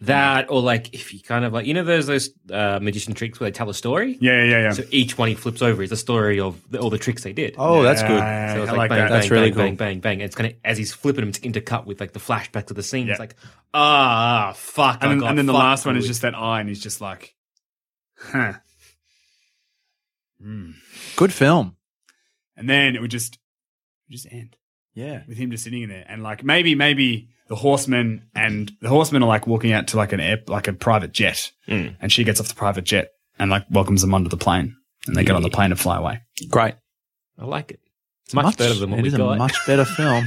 That, or like, if you kind of like, you know, there's those uh, magician tricks where they tell a story?
yeah, yeah, yeah.
So each one he flips over is a story of the, all the tricks they did.
Oh, that's good.
Yeah,
So it's
I like
like, bang,
that.
bang,
That's really
bang, bang,
cool.
bang, bang. It's kind of as he's flipping him, it's intercut with like the flashbacks of the scene.
Yeah.
It's like, ah, fuck. I
and, then,
got
and then the
fucked
last one is
with.
just that eye, and he's just like, huh. Hmm.
Good film.
And then it would just, it would just end
Yeah.
with him just sitting in there, and like maybe, maybe the horsemen and the horsemen are like walking out to like an air, like a private jet,
Mm.
and she gets off the private jet and like welcomes them onto the plane, and they get on the plane and fly away.
Great.
I like it. It's much, better than what
it
we
is a
got.
much better film.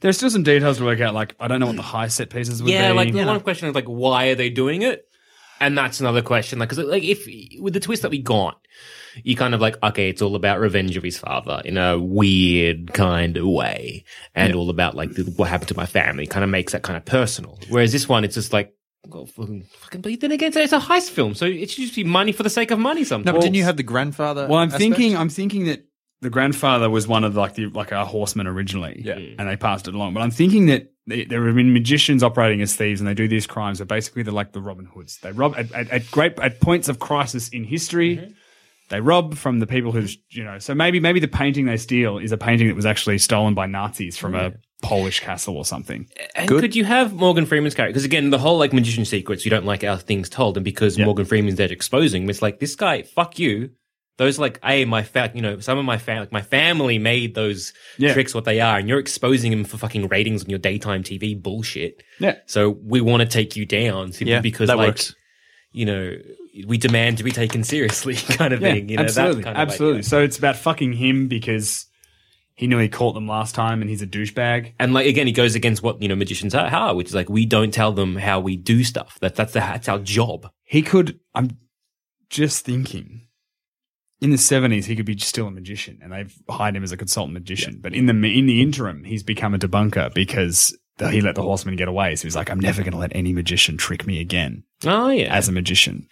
There's still some details to work out. Like I don't know what the high set pieces would
yeah,
be.
like the one question is like, why are they doing it? And that's another question, like, because like if with the twist that we got, you kind of like, okay, it's all about revenge of his father in a weird kind of way, and all about like the, what happened to my family, kind of makes that kind of personal. Whereas this one, it's just like. well, fucking, fucking- but then again, it's a heist film, so it should just be money for the sake of money. Sometimes.
no, but didn't you have the grandfather?
Well, I'm
aspect?
thinking. um, I'm thinking that the grandfather was one of like the like a horseman originally,
Yeah.
and they passed it along. But I'm thinking that they, there have been magicians operating as thieves, and they do these crimes. They're basically they're like the Robin Hoods. They rob at, at, at great at points of crisis in history. They rob from the people who's you know. So maybe maybe the painting they steal is a painting that was actually stolen by Nazis from a Polish castle or something.
And could you have Morgan Freeman's character? Because again, the whole like magician secrets, you don't like our things told, and because Morgan Freeman's there exposing, 'em, it's like this guy, fuck you. Those like, hey, my fa- you know, some of my family, my family made those
Yeah.
tricks what they are, and you're exposing him for fucking ratings on your daytime TV bullshit.
Yeah.
So we want to take you down simply
Yeah,
because
that
like,
works.
you know, we demand to be taken seriously, kind of thing. You know, that
absolutely,
kind of
absolutely.
idea.
so it's about fucking him because he knew he caught them last time, and he's a douchebag.
And like again, he goes against what you know magicians are, how, which is like we don't tell them how we do stuff. That that's the, that's our job.
he could i'm just thinking in the 70s he could be still a magician and they've hired him as a consultant magician but in the in the interim he's become a debunker because the, he let the horseman get away so he's like i'm never going to let any magician trick me again
Oh yeah,
as a magician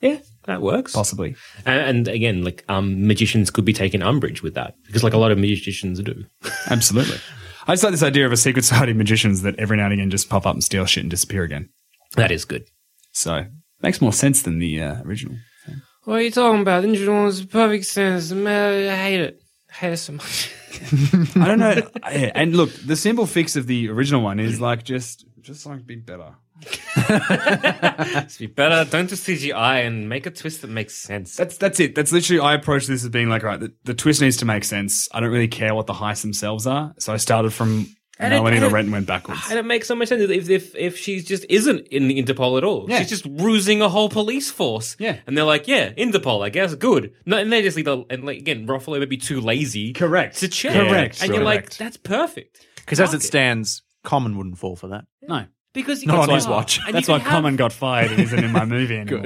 Yeah, that works.
possibly
And, and again, like um, magicians could be taking umbrage with that because, like, a lot of magicians do.
absolutely i just like this idea of a secret society of magicians that every now and again just pop up and steal shit and disappear again
That is good.
so makes more sense than the uh, original
What are you talking about? Individual is perfect sense. Man, I hate it. I hate it so much.
i don't know Yeah, and look the simple fix of the original one is like just just like be better
It'd be better. Don't do CGI and make a twist that makes sense.
That's that's it. That's literally I approached this as being like, right, the, the twist needs to make sense. I don't really care what the heists themselves are, so I started from
And it-
no one in
and
a
it-
rent and went backwards.
and it makes so much sense if if, if she just isn't in the Interpol at all.
Yeah.
She's just rusing a whole police force.
Yeah.
And they're like, yeah, Interpol, I guess, good. No, and they just leave the, and like, again, Ruffalo may be too lazy
Correct.
to check.
Correct.
And you're like,
Correct.
that's perfect.
Because as
Fuck
it stands, Common wouldn't fall for that.
no,
Because
not on
That's
his
why-
watch.
and you
That's
can
why
have-
Common got fired and isn't in my movie anymore.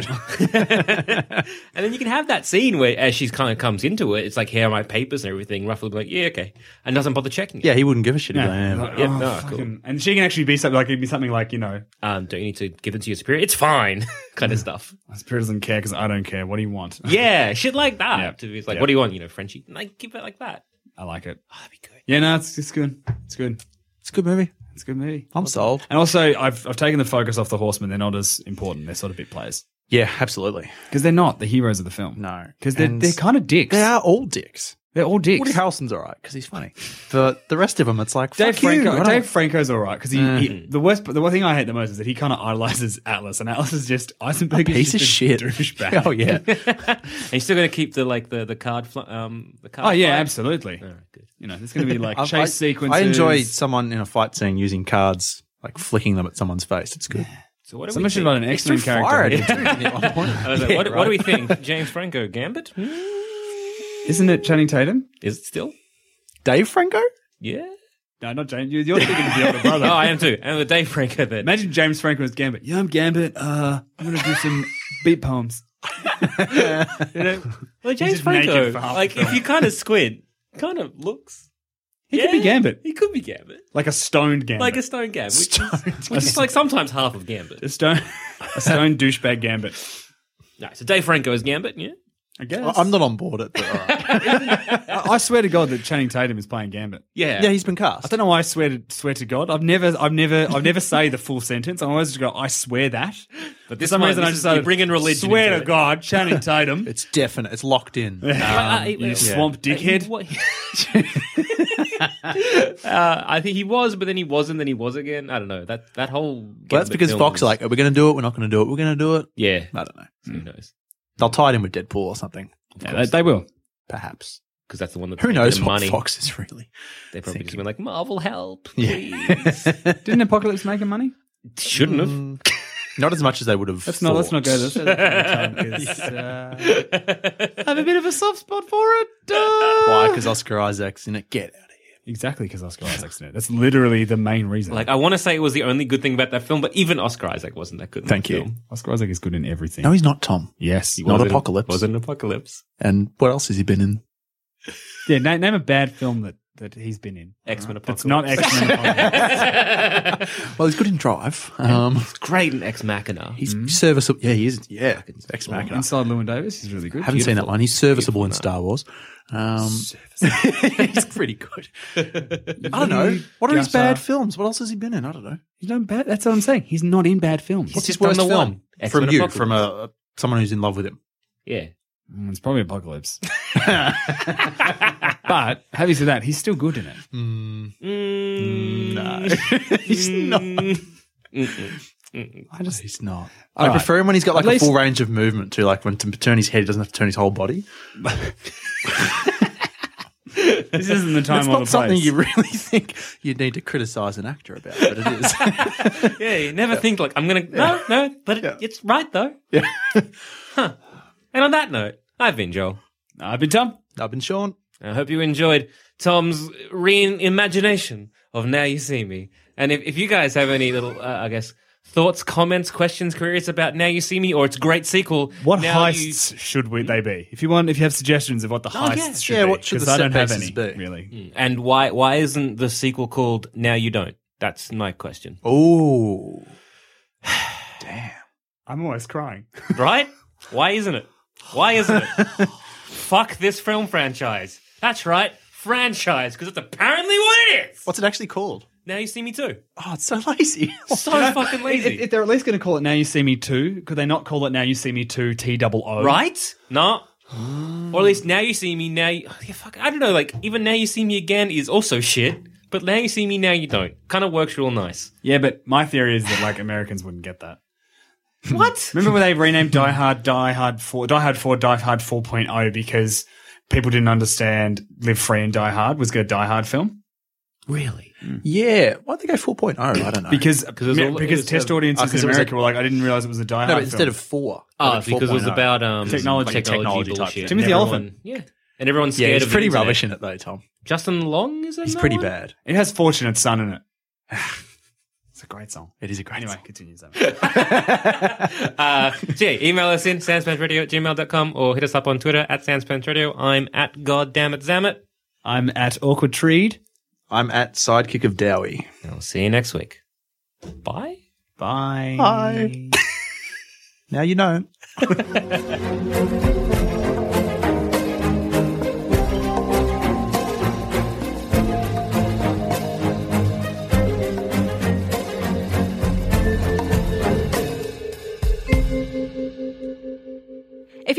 And then you can have that scene where, as she kind of comes into it, it's like, here are my papers and everything. Ruffalo will be like, yeah, okay. And doesn't bother checking it.
Yeah, he wouldn't give a shit.
Yeah.
about him.
Like,
Yeah,
oh,
no, cool.
fucking- And she can actually be something like it'd be something like you know,
Um, don't you need to give it to your superior? It's fine. kind of stuff.
my spirit doesn't care because I don't care. What do you want?
Yeah, shit like that.
Yeah.
To be like,
Yeah.
what do you want? You know, Frenchie? Like, give it like that.
I like it.
Oh, That'd be good.
Yeah, no, it's it's good. It's good.
It's a good movie.
It's a good movie.
I'm sold.
And also, I've I've taken the focus off the horsemen. They're not as important. They're sort of bit players
Yeah, absolutely.
because they're not the heroes of the film.
No.
because they're
And
they're kind of dicks.
They are all dicks.
They're all dicks.
Woody Harrelson's all right because he's funny. But the rest of them, it's like
Dave
fuck you, I
Franco.
don't-
Dave Franco's all right because he,
Mm.
he- the worst. The one thing I hate the most is that he kind of idolizes Atlas, and Atlas is just Eisenberg is
piece of
just a
shit.
douchebag.
Oh yeah.
And you're still going to keep the like the the card. Fl- um, the card.
Oh yeah,
fight?
absolutely.
All right, good.
You know, there's going to be like
I've-
chase
I-
sequences.
I enjoy someone in a fight scene using cards, like flicking them at someone's face. It's good.
So what do we
Someone should
think?
write an excellent character.
I was like, what, what do we think? James Franco Gambit? Hmm?
Isn't it Channing Tatum?
Is it still?
Dave Franco?
Yeah.
No, not James. you- You're thinking of the older brother.
Oh, I am too. And with Dave Franco then.
Imagine James Franco as Gambit. Yeah, I'm Gambit. Uh, I'm going to do some beat poems. You know,
Well, James
just naked
Franco,
for half
like
the
if
film.
you kind of squint, kind of looks.
he could be
Yeah,
Gambit,
He could be Gambit.
like a stoned Gambit,
Like a stone Gambit. Which, Is, which is
Stone-
like sometimes half of Gambit.
a stone, a stone douchebag Gambit.
No, so Dave Franco is Gambit, yeah?
I guess.
I- I'm not on board it. But all right.
I I swear to God that Channing Tatum is playing Gambit.
Yeah.
yeah, he's been cast.
I don't know why I swear to swear to God. I've never, I've never, I've never say the full sentence. I always just go, I swear that.
But
For
this
some
one,
reason,
this
I
is-
just started
you bring in religion
Swear
into
to
it.
God, Channing Tatum, Um,
It's definite. It's locked in.
Like,
you
uh,
swamp
uh, he
dickhead.
wa- uh, I think he was, but then he wasn't, then he was again. I don't know. That that whole.
Well, that's
Gambit
because
film
Fox
is-
are like, are we going to do it? We're not going to do it. We're going to do it.
Yeah.
I don't know.
Who knows?
They'll tie it in with Deadpool or something,
Yeah, they, they will.
perhaps.
Because that's the one that
Who knows
the
what
money.
Fox is really?
They probably just been like, Marvel help.
Didn't Apocalypse make him money?
Shouldn't have.
Mm. Not as much as they would have.
Let's not. Let's not go there. Let's not go there. 'Cause, uh, I have a bit of a soft spot for it. Uh,
Why? Because Oscar Isaac's in it. Get out of here.
Exactly, because Oscar Isaac's in it. That's literally the main reason.
Like I want to say it was the only good thing about that film, but even Oscar Isaac wasn't that good. In
Thank
that
you.
Film.
Oscar Isaac is good in everything.
No, he's not Tom.
yes, he
Not
was in-
Apocalypse.
Was it an apocalypse?
And what else has he been in?
Yeah, name, name a bad film that that he's been in.
X Men
That's
Apocalypse.
not X Men.
Well, he's good in Drive. Um,
Great in Ex Machina.
he's serviceable. Yeah, he is. Yeah, Ex Machina.
Inside Lewin Davis is really good.
Haven't seen that one. He's serviceable in Star Wars. Um, he's pretty good. I don't know. What are his
Gutter.
bad films? What else has he been in? I don't know.
He's not bad. That's what I'm saying. He's not in bad films.
What's his
just done
worst
the
film?
one. X-Men
From you,
Apocalypse.
from a, a- someone who's in love with him.
Yeah.
Mm, it's probably Apocalypse. but having said that, he's still good in it.
Mm. he's not.
I just
He's not. I
All right.
prefer him when he's got like
At
a full
least-
range of movement too. Like when to turn his head, he doesn't have to turn his whole body.
this isn't the time
That's
or
not
the
something
place.
you really think you'd need to criticize an actor about, but it is.
Yeah. You never think like I'm gonna. No, no. But it, it's right though. Yeah. huh. And on that note, I've been Joel.
I've been Tom.
I've been Sean.
I hope you enjoyed Tom's reimagination of Now You See Me. And if, if you guys have any little, uh, I guess, thoughts, comments, questions, queries about Now You See Me or its great sequel,
What
Now You-
heists should we, they be? If you want, if you have suggestions of Oh, what the heists
yeah.
should
Yeah,
be,
what should
'cause
the
I don't
set
have any
pieces be?
really.
And why why isn't the sequel called Now You Don't? That's my question.
Oh,
I'm almost crying.
Right? why isn't it? Why isn't it? Fuck this film franchise. That's right, franchise, because it's apparently what it is.
what's it actually called?
Now you see me too.
Oh, it's so lazy.
So fucking lazy.
If, if they're at least going to call it "Now You See Me Too," could they not call it "Now You See Me Too" T double O?
Right? No. Or at least now you see me, now you. oh, Yeah, fuck, I don't know, like, even now you see me again is also shit, but now you see me, now you don't. Kind of works real nice.
Yeah, but my theory is that like Americans wouldn't get that.
What?
Remember when they renamed Die Hard, Die Hard 4, Die Hard 4, Die Hard 4.0 because people didn't understand Live Free and Die Hard was going to Die Hard film?
Really?
yeah, why'd they go 4.0 I don't know.
Because
was all- it
because
was
test
a-
audiences
oh, 'cause
in
it was
America
a-
were like, I didn't realize it was a Die
no,
Hard
but instead
film.
of four. oh.
Ah,
like
because it was
4.0.
about um,
Technology.
technology,
Technology type
bullshit.
shit.
Timothy
And everyone-
Elephant.
Yeah. And everyone's
yeah,
scared
it's
of the
pretty
internet.
rubbish in it though, Tom.
Justin Long is in
He's
that
pretty
one?
bad.
it has Fortunate Son in it. it's a great song.
It is a great
Anyway,
song.
continue. Sam.
Uh, so yeah, email us in sanspantradio at gmail.com or hit us up on Twitter at sanspantradio. I'm at goddammit
I'm at Awkward Treed.
I'm at Sidekick of Dowie.
And I'll see you next week. Bye.
Bye.
Bye. Now you know.
If